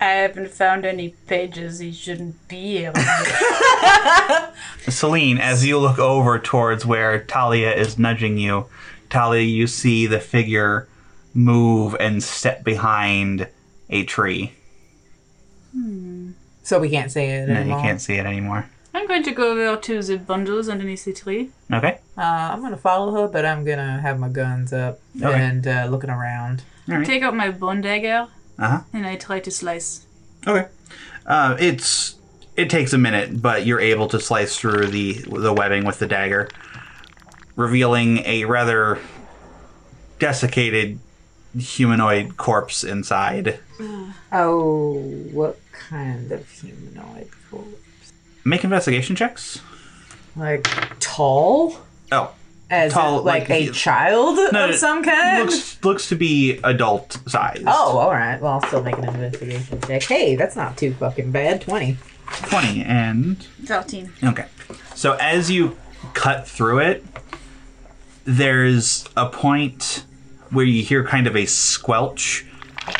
Speaker 4: I haven't found any pages he shouldn't be on.
Speaker 5: Celine, as you look over towards where Talia is nudging you, Talia, you see the figure move and step behind a tree.
Speaker 1: So we can't say it
Speaker 5: No, you
Speaker 1: anymore.
Speaker 5: can't see it anymore.
Speaker 4: I'm going to go over to the bundles underneath the tree.
Speaker 5: Okay.
Speaker 1: Uh, I'm gonna follow her, but I'm gonna have my guns up
Speaker 5: Okay.
Speaker 1: and uh, looking around.
Speaker 5: Right.
Speaker 4: Take out my bone dagger
Speaker 5: Uh huh.
Speaker 4: and I try to slice.
Speaker 5: Okay. Uh, it's it takes a minute, but you're able to slice through the the webbing with the dagger, revealing a rather desiccated humanoid corpse inside.
Speaker 1: Oh, what kind of humanoid? corpse?
Speaker 5: Make investigation checks.
Speaker 1: Like tall,
Speaker 5: Oh,
Speaker 1: as
Speaker 5: Tall,
Speaker 1: in, like,
Speaker 5: like,
Speaker 1: a
Speaker 5: he-
Speaker 1: child
Speaker 5: No,
Speaker 1: of
Speaker 5: no,
Speaker 1: some kind.
Speaker 5: looks looks to be adult size.
Speaker 1: Oh, all right. Well, I'll still make an investigation check. Hey, that's not too fucking bad. Twenty.
Speaker 5: 20 and
Speaker 4: 13.
Speaker 5: okay. So as you cut through it, there's a point where you hear kind of a squelch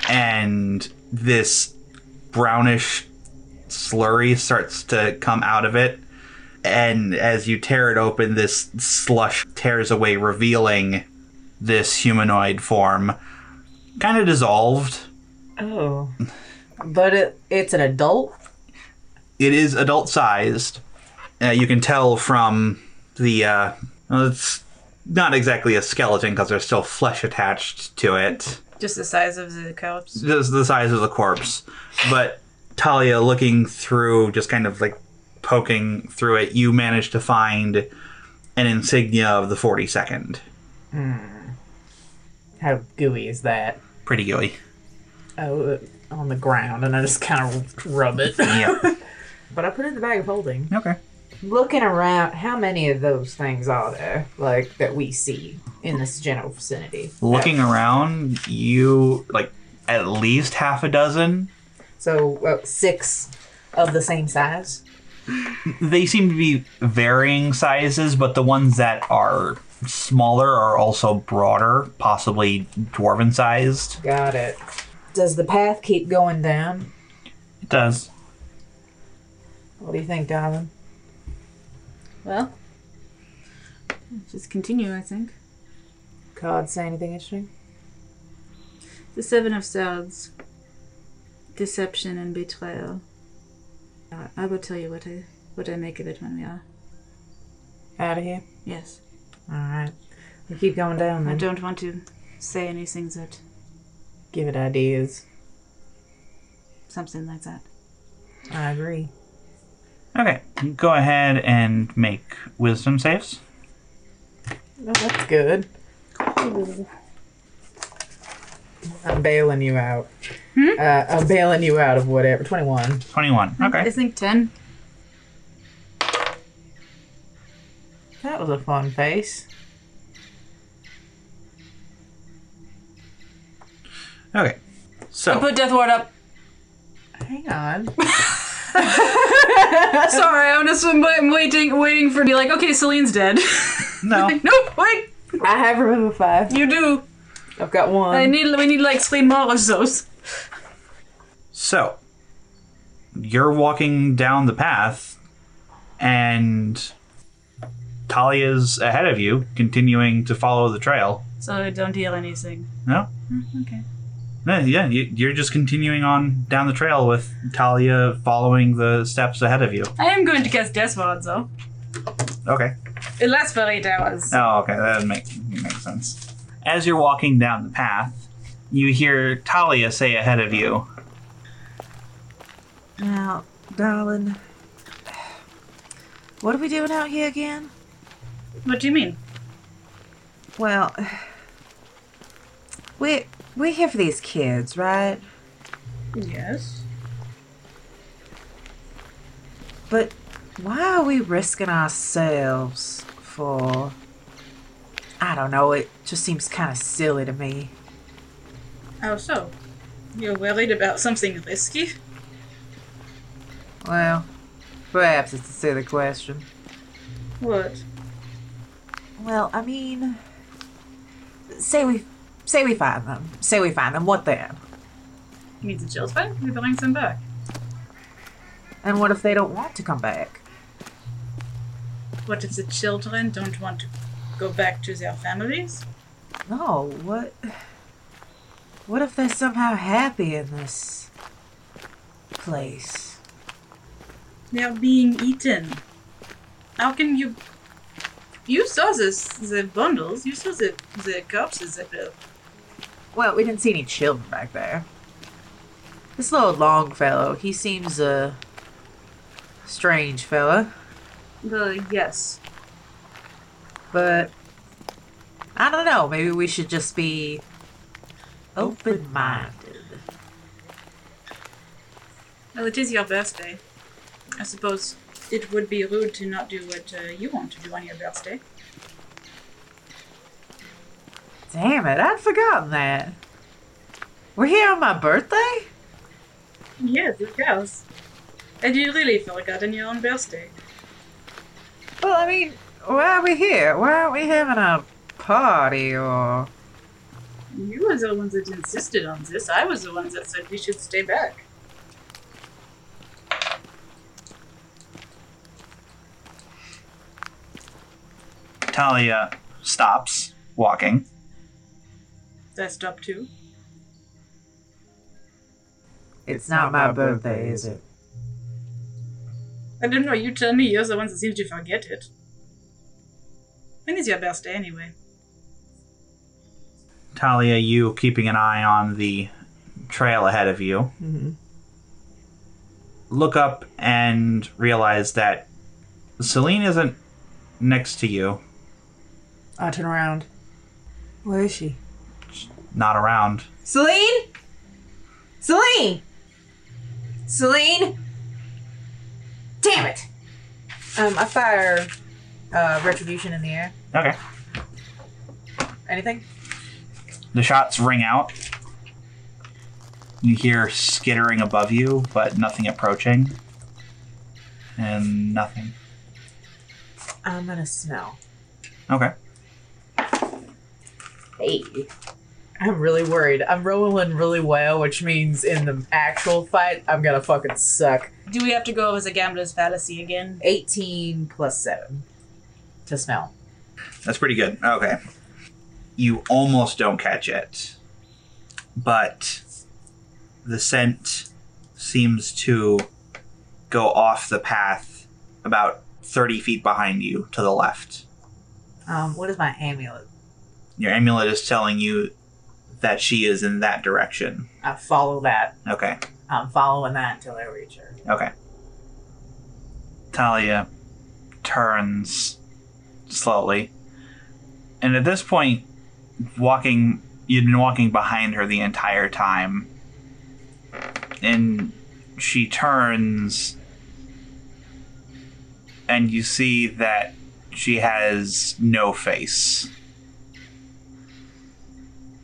Speaker 5: and this brownish slurry starts to come out of it. And as you tear it open, this slush tears away, revealing this humanoid form. Kind of dissolved.
Speaker 1: Oh, but it, it's an adult.
Speaker 5: it is adult sized. Uh, you can tell from the uh, well, it's not exactly a skeleton because there's still flesh attached to it.
Speaker 4: Just the size of the corpse.
Speaker 5: Just the size of the corpse, but Talia looking through, just kind of like poking through it, you manage to find an insignia of the 42nd.
Speaker 1: How gooey is that?
Speaker 5: Pretty gooey.
Speaker 1: Oh, uh, on the ground, and I just kind of rub it.
Speaker 5: Yeah.
Speaker 1: but I put it in the bag of holding.
Speaker 5: okay.
Speaker 1: Looking around, how many of those things are there? Like that we see in this general vicinity.
Speaker 5: Looking around, you like at least half a dozen.
Speaker 1: So uh, six of the same size.
Speaker 5: they seem to be varying sizes, but the ones that are smaller are also broader, possibly dwarven sized.
Speaker 1: Got it. Does the path keep going down?
Speaker 5: It does.
Speaker 1: What do you think, darling?
Speaker 4: Well, just continue, I think.
Speaker 1: Cards say anything interesting?
Speaker 4: The Seven of Swords. Deception and betrayal. I- I will tell you what I what I make of it when we are.
Speaker 1: Out of here.
Speaker 4: Yes.
Speaker 1: All right. We keep going down
Speaker 4: I
Speaker 1: then.
Speaker 4: don't want to say anything that
Speaker 1: Give it ideas.
Speaker 4: something like that.
Speaker 1: I agree.
Speaker 5: Okay, go ahead and make wisdom saves.
Speaker 1: Oh, that's good. I'm bailing you out. Uh, I'm bailing you out of whatever. 21.
Speaker 5: 21.
Speaker 4: I
Speaker 5: Okay.
Speaker 4: think ten.
Speaker 1: That was a fun face.
Speaker 5: Okay. So,
Speaker 4: Put Death Ward up.
Speaker 1: Hang on.
Speaker 4: Sorry, I'm just I'm waiting waiting for to be like, okay, Celine's dead.
Speaker 5: no.
Speaker 4: nope, wait,
Speaker 1: I have remember five.
Speaker 4: you do.
Speaker 1: I've got one.
Speaker 4: I need we need like three more of those.
Speaker 5: So, you're walking down the path, and Talia's ahead of you, continuing to follow the trail.
Speaker 4: So I don't hear anything.
Speaker 5: No?
Speaker 4: okay.
Speaker 5: No, yeah, you, you're just continuing on down the trail with Talia following the steps ahead of you.
Speaker 4: I am going to cast Death Ward though.
Speaker 5: Okay.
Speaker 4: It lasts for eight hours.
Speaker 5: Oh, okay, that make, makes sense. As you're walking down the path, you hear Talia say ahead of you,
Speaker 3: Now, darling, what are we doing out here again?
Speaker 4: What do you mean?
Speaker 3: Well, we're, we're here for these kids, right?
Speaker 4: Yes.
Speaker 3: But why are we risking ourselves for. I don't know, it just seems kind of silly to me.
Speaker 4: Oh, so you're worried about something risky?
Speaker 3: Well, perhaps it's a silly question.
Speaker 4: What?
Speaker 3: Well, I mean, say we say we find them. Say we find them. What then?
Speaker 4: He needs a jail spell. He belongs him back.
Speaker 1: And what if they don't want to come back?
Speaker 4: What if the children don't want to go back to their families?
Speaker 1: No, what? What if they're somehow happy in this place?
Speaker 4: They are being eaten. How can you? You saw this, the bundles. You saw the the corpses. That, uh,
Speaker 1: Well, we didn't see any children back there. This little long fellow, he seems a strange fella,
Speaker 4: the yes.
Speaker 1: but I don't know. Maybe we should just be open minded.
Speaker 4: Well, it is your birthday. I suppose it would be rude to not do what uh, you want to do on your birthday.
Speaker 1: Damn it, I'd forgotten that. We're here on my birthday?
Speaker 4: Yes, of course. And you really forgotten your own birthday.
Speaker 1: Well, I mean, why are we here? Why aren't we having a party or.
Speaker 4: You were the ones that insisted on this. I was the ones that said we should stay back.
Speaker 5: Talia stops walking.
Speaker 4: I stopped too.
Speaker 1: It's, not, my birthday, is it?
Speaker 4: I don't know. You tell me. You're the ones that seem to forget it. When is your birthday anyway?
Speaker 5: Talia, you keeping an eye on the trail ahead of you, look up and realize that Celine isn't next to you,
Speaker 8: I turn around.
Speaker 3: Where is she?
Speaker 5: not around.
Speaker 8: Celine? Celine? Celine? Damn it!
Speaker 1: Um, I fire uh, Retribution in the air.
Speaker 5: Okay.
Speaker 1: Anything?
Speaker 5: The shots ring out. You hear skittering above you, but nothing approaching. And nothing.
Speaker 1: I'm gonna smell.
Speaker 5: Okay.
Speaker 1: Hey. I'm really worried. I'm rolling really well, which means in the actual fight, I'm gonna fucking suck.
Speaker 4: Do we have to go over the gambler's fallacy again?
Speaker 1: 18 plus 7 to smell.
Speaker 5: That's pretty good. Okay. You almost don't catch it, but the scent seems to go off the path about 30 feet behind you to the left.
Speaker 1: Um, what is my amulet?
Speaker 5: Your amulet is telling you that she is in that direction.
Speaker 1: I follow that.
Speaker 5: Okay.
Speaker 1: I'm following Uh, that until I reach her.
Speaker 5: Okay. Talia turns slowly. And at this point, walking you'd been walking behind her the entire time. And she turns and you see that she has no face.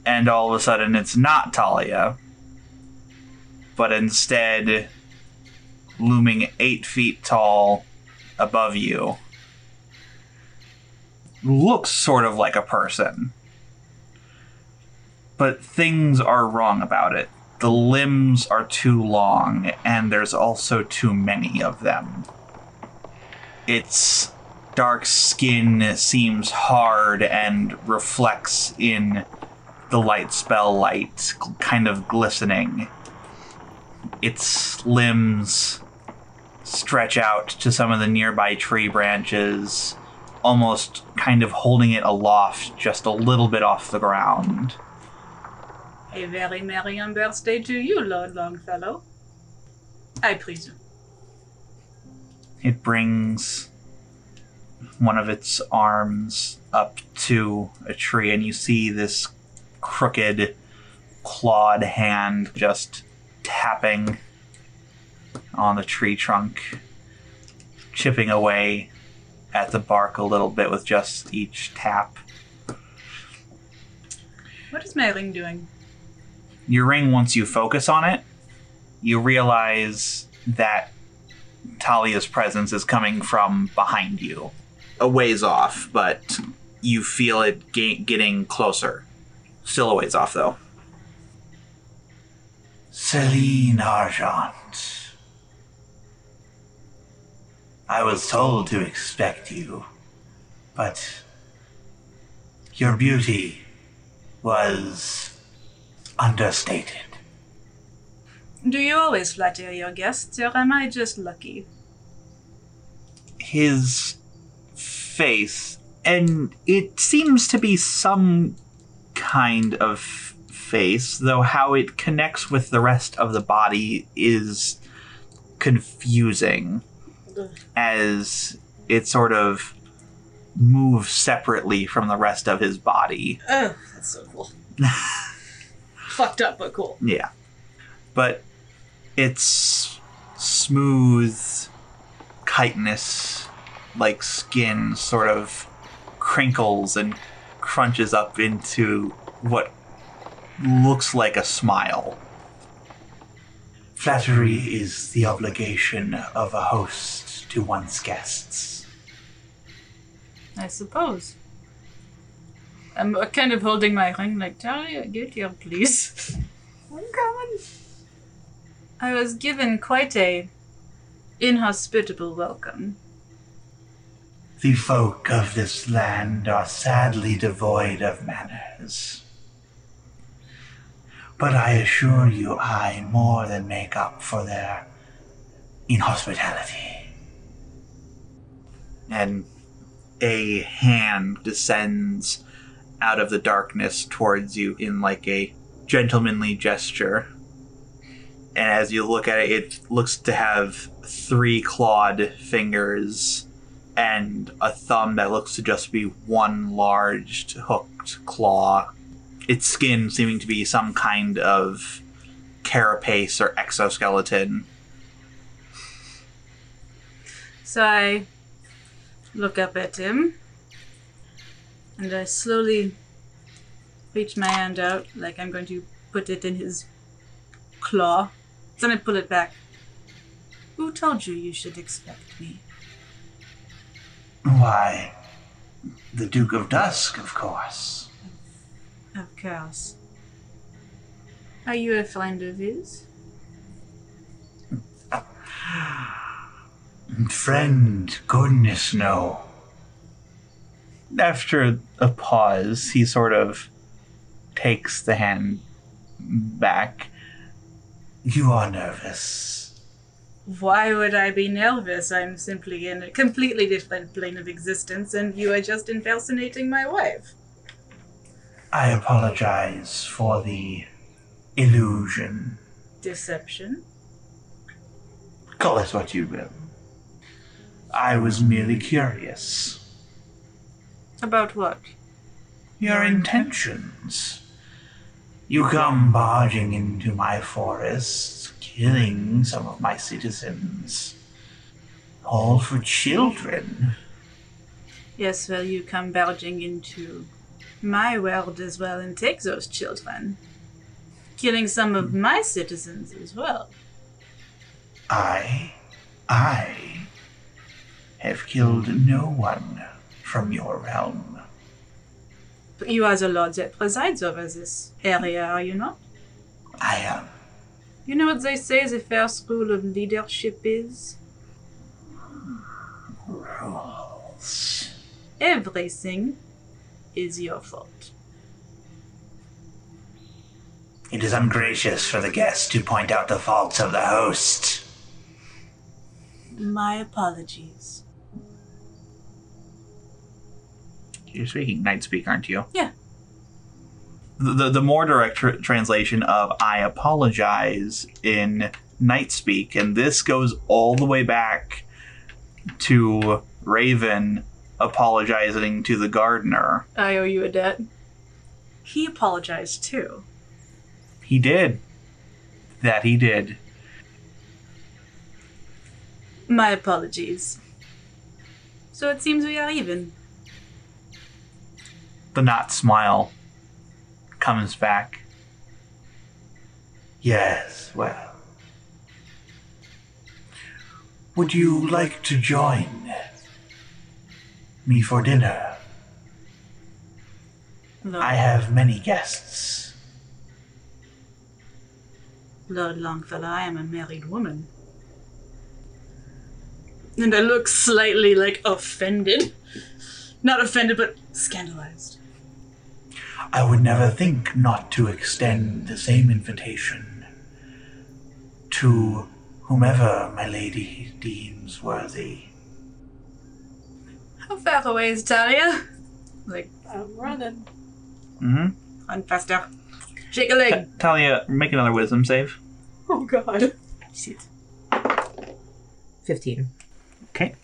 Speaker 5: And all of a sudden it's not Talia, but instead looming eight feet tall above you. Looks sort of like a person. But things are wrong about it. The limbs are too long, and there's also too many of them. Its dark skin seems hard and reflects in the light spell light, gl- kind of glistening its limbs stretch out to some of the nearby tree branches, almost kind of holding it aloft just a little bit off the ground.
Speaker 4: A very merry on birthday to you, Lord Longfellow. I presume.
Speaker 5: It brings one of its arms up to a tree, and you see this crooked, clawed hand just tapping on the tree trunk, chipping away at the bark a little bit with just each tap.
Speaker 4: What is my ring doing?
Speaker 5: your ring once you focus on it you realize that talia's presence is coming from behind you a ways off but you feel it ga- getting closer still a ways off though Celine Argent. I was told to expect you, but your beauty was understated.
Speaker 4: Do you always flatter your guests, or am I just lucky?
Speaker 5: his face, and it seems to be some kind of face, though how it connects with the rest of the body is confusing as it sort of moves separately from the rest of his body.
Speaker 4: Oh, that's so cool. Fucked up, but cool.
Speaker 5: Yeah. But it's smooth chitinous like skin sort of crinkles and crunches up into what looks like a smile. Flattery is the obligation of a host to one's guests.
Speaker 4: I suppose. I'm uh, kind of holding my ring, like, Talia, get here, please.
Speaker 1: I'm coming.
Speaker 4: I was given quite a inhospitable welcome.
Speaker 5: The folk of this land are sadly devoid of manners. But I assure you, I more than make up for their inhospitality. And a hand descends out of the darkness towards you in like a gentlemanly gesture and as you look at it, it looks to have three clawed fingers and a thumb that looks to just be one large hooked claw. Its skin seeming to be some kind of carapace or exoskeleton.
Speaker 4: So I look up at him and I slowly reach my hand out, like I'm going to put it in his claw. Then I pull it back. Who told you you should expect me?
Speaker 5: Why, the Duke of Dusk, of course.
Speaker 4: Of course. Are you a friend of his?
Speaker 5: Friend, goodness no. After a pause, he sort of takes the hand back. You are nervous.
Speaker 4: Why would I be nervous? I'm simply in a completely different plane of existence, and you are just impersonating my wife.
Speaker 5: I apologize for the illusion.
Speaker 4: Deception?
Speaker 5: Call it what you will. I was merely curious.
Speaker 4: About what?
Speaker 5: your intentions. You come barging into my forest, killing some of my citizens. All for children.
Speaker 4: Yes, well, you come barging into my world as well and take those children. Killing some of my citizens as well.
Speaker 5: I, I have killed no one from your realm.
Speaker 4: But you are the lord that presides over this area, are you not?
Speaker 5: I am.
Speaker 4: You know what they say the first rule of leadership is?
Speaker 5: Rules.
Speaker 4: Everything is your fault.
Speaker 5: It is ungracious for the guest to point out the faults of the host.
Speaker 4: My apologies.
Speaker 5: You're speaking night speak, aren't you?
Speaker 4: Yeah.
Speaker 5: The the, the more direct tr- translation of "I apologize" in night speak, and this goes all the way back to Raven apologizing to the gardener.
Speaker 4: I owe you a debt. He apologized too.
Speaker 5: He did. That he did.
Speaker 4: My apologies. So it seems we are even.
Speaker 5: The not smile comes back. Yes, well. Would you like to join me for dinner?
Speaker 4: Lord,
Speaker 5: I have many guests.
Speaker 4: Lord Longfellow, I am a married woman. And I look slightly like offended. Not offended, but scandalized.
Speaker 5: I would never think not to extend the same invitation to whomever my lady deems worthy.
Speaker 9: How far away is Talia?
Speaker 4: Like, I'm running.
Speaker 5: Mm-hmm.
Speaker 4: Run faster. Shake a leg.
Speaker 5: Talia, make another wisdom save.
Speaker 4: Oh, God. Shit.
Speaker 1: 15.
Speaker 5: Okay.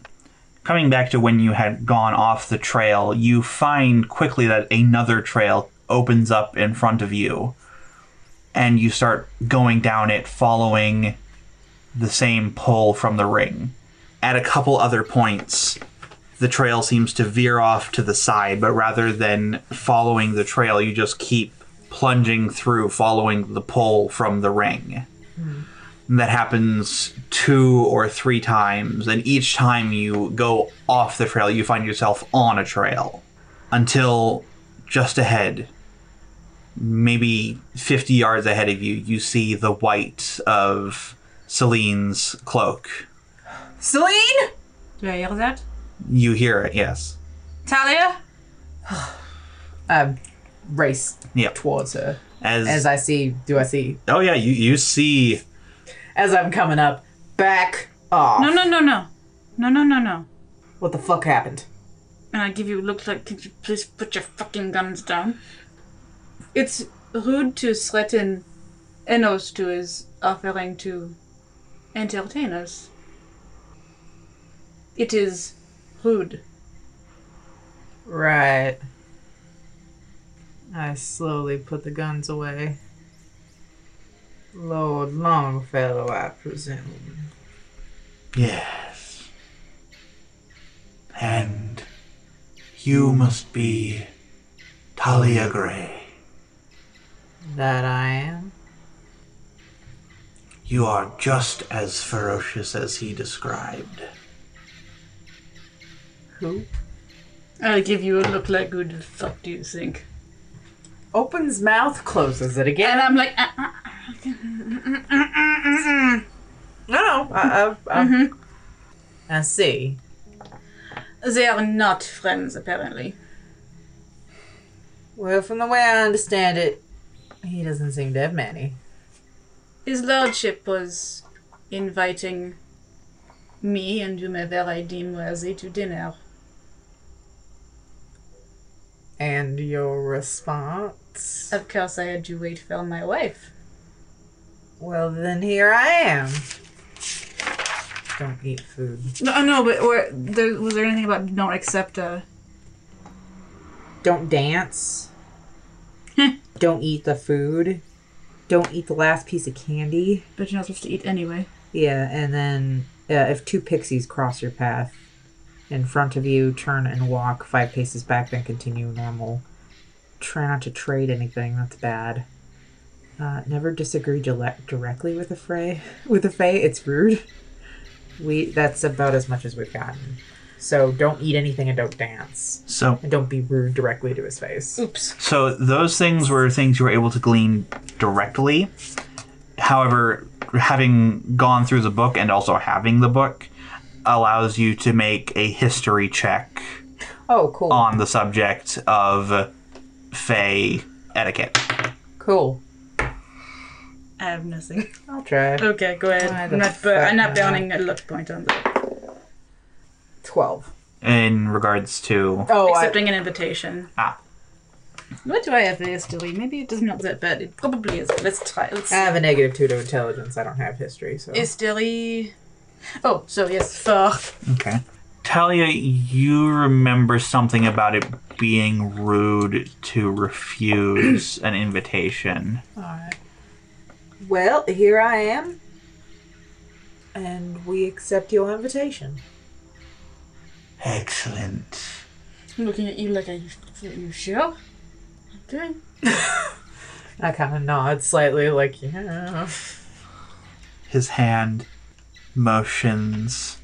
Speaker 5: Coming back to when you had gone off the trail, you find quickly that another trail opens up in front of you. And you start going down it, following the same pull from the ring. At a couple other points, the trail seems to veer off to the side, but rather than following the trail, you just keep plunging through, following the pull from the ring. And that happens two or three times, and each time you go off the trail, you find yourself on a trail until just ahead, maybe 50 yards ahead of you, you see the white of Celine's cloak.
Speaker 1: Celine!
Speaker 4: Do I hear that?
Speaker 5: You hear it, yes.
Speaker 4: Talia?
Speaker 1: Um, race
Speaker 5: Yep.
Speaker 1: towards her.
Speaker 5: As,
Speaker 1: As I see, do I see?
Speaker 5: oh yeah, you you see
Speaker 1: As I'm coming up, back off.
Speaker 4: No, no, no, no. No, no, no, no.
Speaker 1: What the fuck happened?
Speaker 4: And I give you a look like, could you please put your fucking guns down? It's rude to threaten Enos to his offering to entertain us. It is rude.
Speaker 1: Right. I slowly put the guns away. Lord Longfellow, I presume.
Speaker 5: Yes. And you must be Talia Gray.
Speaker 1: That I am.
Speaker 5: You are just as ferocious as he described.
Speaker 1: Who
Speaker 4: I give you a look like, who the fuck do you think?
Speaker 1: opens mouth, closes it again.
Speaker 4: And I'm like, uh, uh,
Speaker 1: No, no. I, I, I,
Speaker 4: Mm-hmm.
Speaker 1: I see.
Speaker 4: uh. they are not friends, apparently.
Speaker 1: Well, from the way I understand it, he doesn't seem to have many.
Speaker 4: His lordship was inviting me and whomever I deem worthy to dinner.
Speaker 1: And your response?
Speaker 4: Of course, I had to wait for my wife.
Speaker 1: Well, then here I am. Don't eat food.
Speaker 9: No, no, but where, there, was there anything about don't accept
Speaker 4: uh,
Speaker 9: a.
Speaker 1: Don't dance. Don't eat the food. Don't eat the last piece of candy.
Speaker 9: But you're not supposed to eat anyway.
Speaker 1: Yeah, and then uh, if two pixies cross your path in front of you, turn and walk five paces back, then continue normal. Try not to trade anything. That's bad. Uh, never disagree dile- directly with a fray. With a fay, it's rude. We that's about as much as we've gotten. So don't eat anything and don't dance,
Speaker 5: So
Speaker 1: and don't be rude directly to his face.
Speaker 4: Oops.
Speaker 5: so those things were things you were able to glean directly. However, having gone through the book and also having the book allows you to make a history check
Speaker 1: Oh, cool,
Speaker 5: on the subject of Fey etiquette.
Speaker 1: cool.
Speaker 4: I have nothing.
Speaker 1: I'll try.
Speaker 4: Okay, go ahead.
Speaker 1: Why the
Speaker 4: I'm not, bur-
Speaker 1: fuck
Speaker 4: I'm
Speaker 1: not?
Speaker 4: not burning a luck point on that.
Speaker 1: Twelve.
Speaker 5: in regards to
Speaker 1: Oh, I,
Speaker 4: Accepting an invitation.
Speaker 5: ah
Speaker 4: What do I have for history? Maybe it doesn't help that bad. It probably is. Let's try. Let's
Speaker 1: I have a negative two to intelligence. I don't have history, so
Speaker 4: History. Oh, so yes, four.
Speaker 5: okay talia you remember something about it being rude to refuse an invitation
Speaker 1: Well, here I am. And we accept your invitation.
Speaker 5: excellent
Speaker 4: I'm looking at you like, are you, are you sure? Okay.
Speaker 1: I kind of nod slightly, like, yeah.
Speaker 5: his hand motions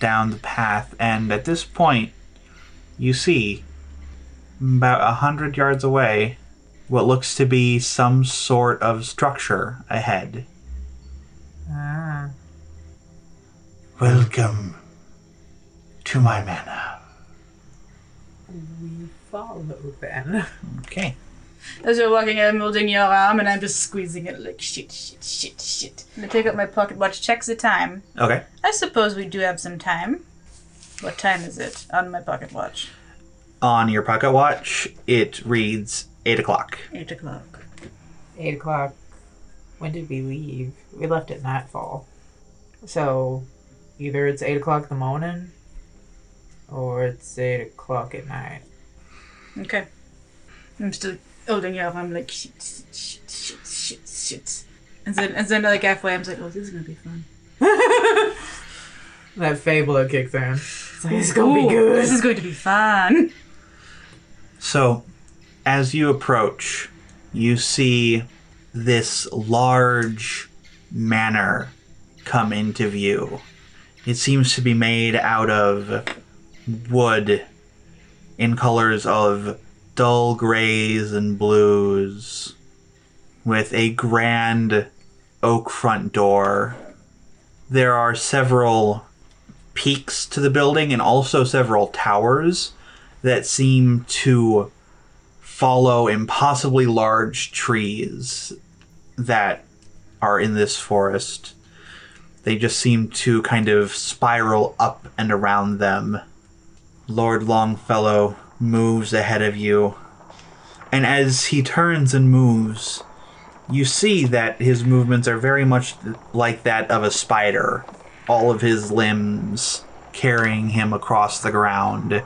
Speaker 5: down the path and at this point you see about a hundred yards away what looks to be some sort of structure ahead.
Speaker 1: Ah.
Speaker 5: Welcome to my manor.
Speaker 1: Follow then.
Speaker 5: Okay.
Speaker 4: As you're walking, I'm holding your arm and I'm just squeezing it like shit, shit, shit, shit. And I take out my pocket watch, checks the time.
Speaker 5: Okay.
Speaker 4: I suppose we do have some time. What time is it on my pocket watch?
Speaker 5: On your pocket watch, it reads eight o'clock.
Speaker 4: Eight o'clock.
Speaker 1: Eight o'clock. When did we leave? We left at nightfall. So either it's eight o'clock in the morning or it's eight o'clock at night.
Speaker 4: Okay. I'm still holding your arm like shit, shit, shit, shit, shit, shit. And then, and then like halfway, I'm like, oh, this is gonna be fun.
Speaker 1: That fable kicks in. It's like it's gonna be
Speaker 4: Ooh,
Speaker 1: good.
Speaker 4: This is going to be fun.
Speaker 5: So, as you approach, you see this large manor come into view. It seems to be made out of wood in colors of dull grays and blues, with a grand oak front door. There are several peaks to the building and also several towers that seem to follow impossibly large trees that are in this forest. They just seem to kind of spiral up and around them. Lord Longfellow moves ahead of you, and as he turns and moves, you see that his movements are very much th- like that of a spider. All of his limbs carrying him across the ground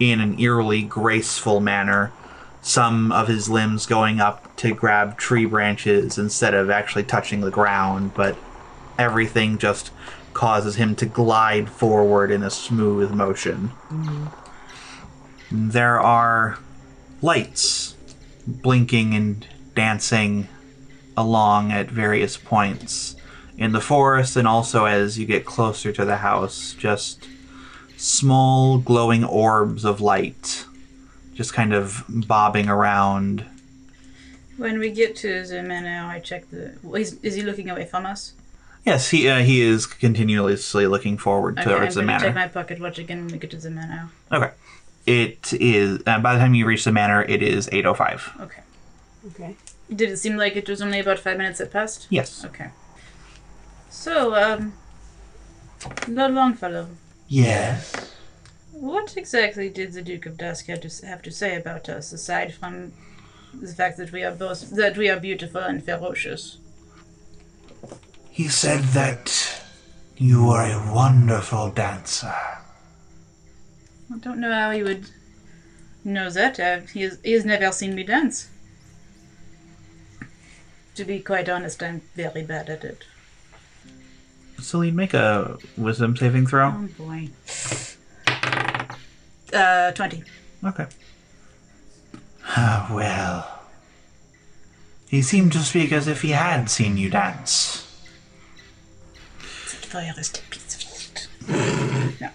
Speaker 5: in an eerily graceful manner, some of his limbs going up to grab tree branches instead of actually touching the ground, but everything just causes him to glide forward in a smooth motion. There are lights blinking and dancing along at various points in the forest and also as you get closer to the house just small glowing orbs of light just kind of bobbing around.
Speaker 4: When we get to the manor, I check the. Well, is, is he looking away from us?
Speaker 5: Yes, he uh, he is continuously looking forward
Speaker 4: Okay, I'm
Speaker 5: towards the
Speaker 4: gonna
Speaker 5: manor.
Speaker 4: check my pocket watch again when we get to the manor.
Speaker 5: okay. It is uh, by the time you reach the manor it is 8:05.
Speaker 4: Okay.
Speaker 1: Okay.
Speaker 4: Did it seem like it was only about five minutes that passed?
Speaker 5: Yes.
Speaker 4: Okay. So, um, Lord Longfellow,
Speaker 5: Yes.
Speaker 4: what exactly did the Duke of Dusk have to, have to say about us, aside from the fact that we are both that we are beautiful and ferocious?
Speaker 2: He said that you were a wonderful dancer.
Speaker 4: I don't know how he would know that. Uh, he, has, he has never seen me dance. To be quite honest, I'm very bad at it.
Speaker 5: Celine, make a wisdom saving throw.
Speaker 4: Oh boy. Uh, twenty.
Speaker 5: Okay.
Speaker 2: Ah, well. He seemed to speak as if he had seen you dance.
Speaker 4: That fire is the piece of meat. no.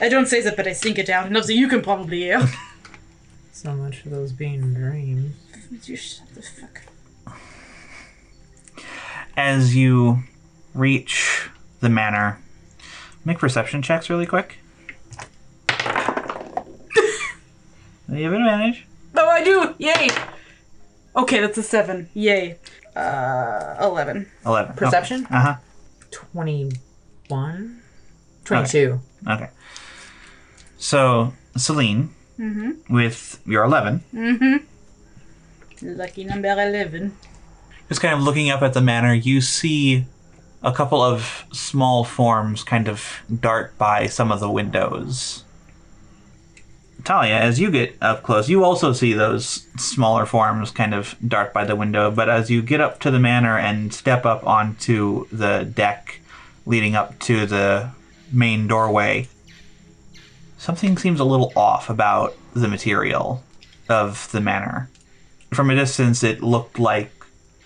Speaker 4: I don't say that, but I think it out enough that you can probably hear.
Speaker 1: So much for those being dreams.
Speaker 4: Would you shut the fuck up?
Speaker 5: As you reach the manor, make perception checks really quick. you have advantage.
Speaker 4: Oh, I do! Yay! Okay, that's a seven. Yay. Uh, 11.
Speaker 5: 11.
Speaker 1: Perception?
Speaker 5: Uh huh.
Speaker 1: Twenty one? Twenty two.
Speaker 5: Okay. So, Celine, with your 11,
Speaker 4: Lucky number 11.
Speaker 5: just kind of looking up at the manor, you see a couple of small forms kind of dart by some of the windows. Talia, as you get up close, you also see those smaller forms kind of dart by the window, but as you get up to the manor and step up onto the deck leading up to the main doorway, something seems a little off about the material of the manor. From a distance, it looked like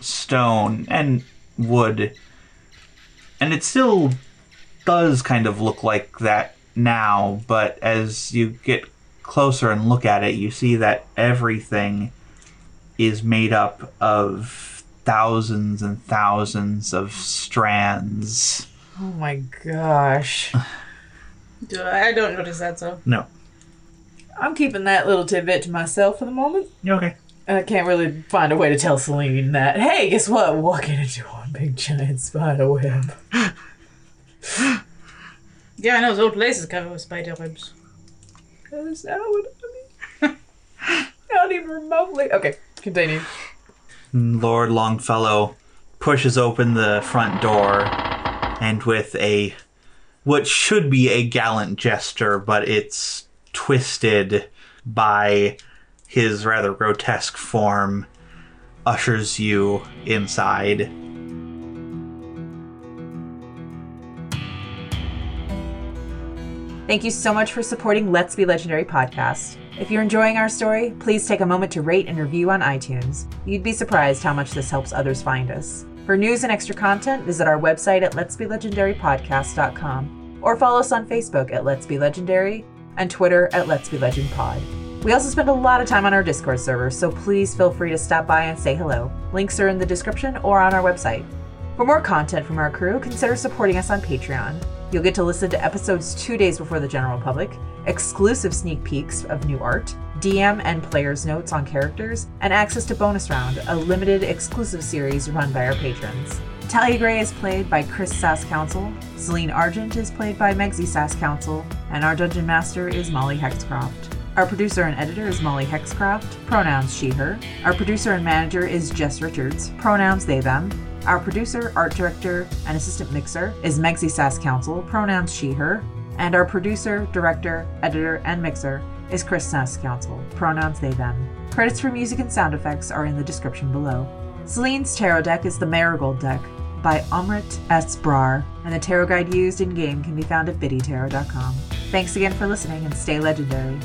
Speaker 5: stone and wood. And it still does kind of look like that now, but as you get closer and look at it, you see that everything is made up of thousands and thousands of strands.
Speaker 1: Oh my gosh.
Speaker 4: Do I I don't notice that, so.
Speaker 5: No.
Speaker 1: I'm keeping that little tidbit to myself for the moment.
Speaker 5: You Okay.
Speaker 1: I can't really find a way to tell Celine that, hey, guess what? Walking into a big giant spider web.
Speaker 4: Yeah, I know, the whole place is covered with spider webs.
Speaker 1: That's not what I mean. not even remotely. Okay, continue.
Speaker 5: Lord Longfellow pushes open the front door and with a what should be a gallant gesture, but it's twisted by his rather grotesque form, ushers you inside.
Speaker 1: Thank you so much for supporting Let's Be Legendary podcast. If you're enjoying our story, please take a moment to rate and review on iTunes. You'd be surprised how much this helps others find us. For news and extra content, visit our website at letsbelegendarypodcast.com or follow us on Facebook at Let's Be Legendary and Twitter at Let's Be Legend Pod. We also spend a lot of time on our Discord server, so please feel free to stop by and say hello. Links are in the description or on our website. For more content from our crew, consider supporting us on Patreon. You'll get to listen to episodes two days before the general public, exclusive sneak peeks of new art, DM and players' notes on characters, and access to Bonus Round, a limited exclusive series run by our patrons. Talia Gray is played by Chris Sass Council, Celine Argent is played by Megsy Sass Council, and our dungeon master is Molly Hexcroft. Our producer and editor is Molly Hexcroft, pronouns she, her. Our producer and manager is Jess Richards, pronouns they, them. Our producer, art director, and assistant mixer is Megsy Sass Council, pronouns she, her. And our producer, director, editor, and mixer is Chris Sass Council, pronouns they, them. Credits for music and sound effects are in the description below. Celine's tarot deck is the Marigold deck by Omrit S. Brar, and the tarot guide used in game can be found at biddytarot.com. Thanks again for listening and stay legendary.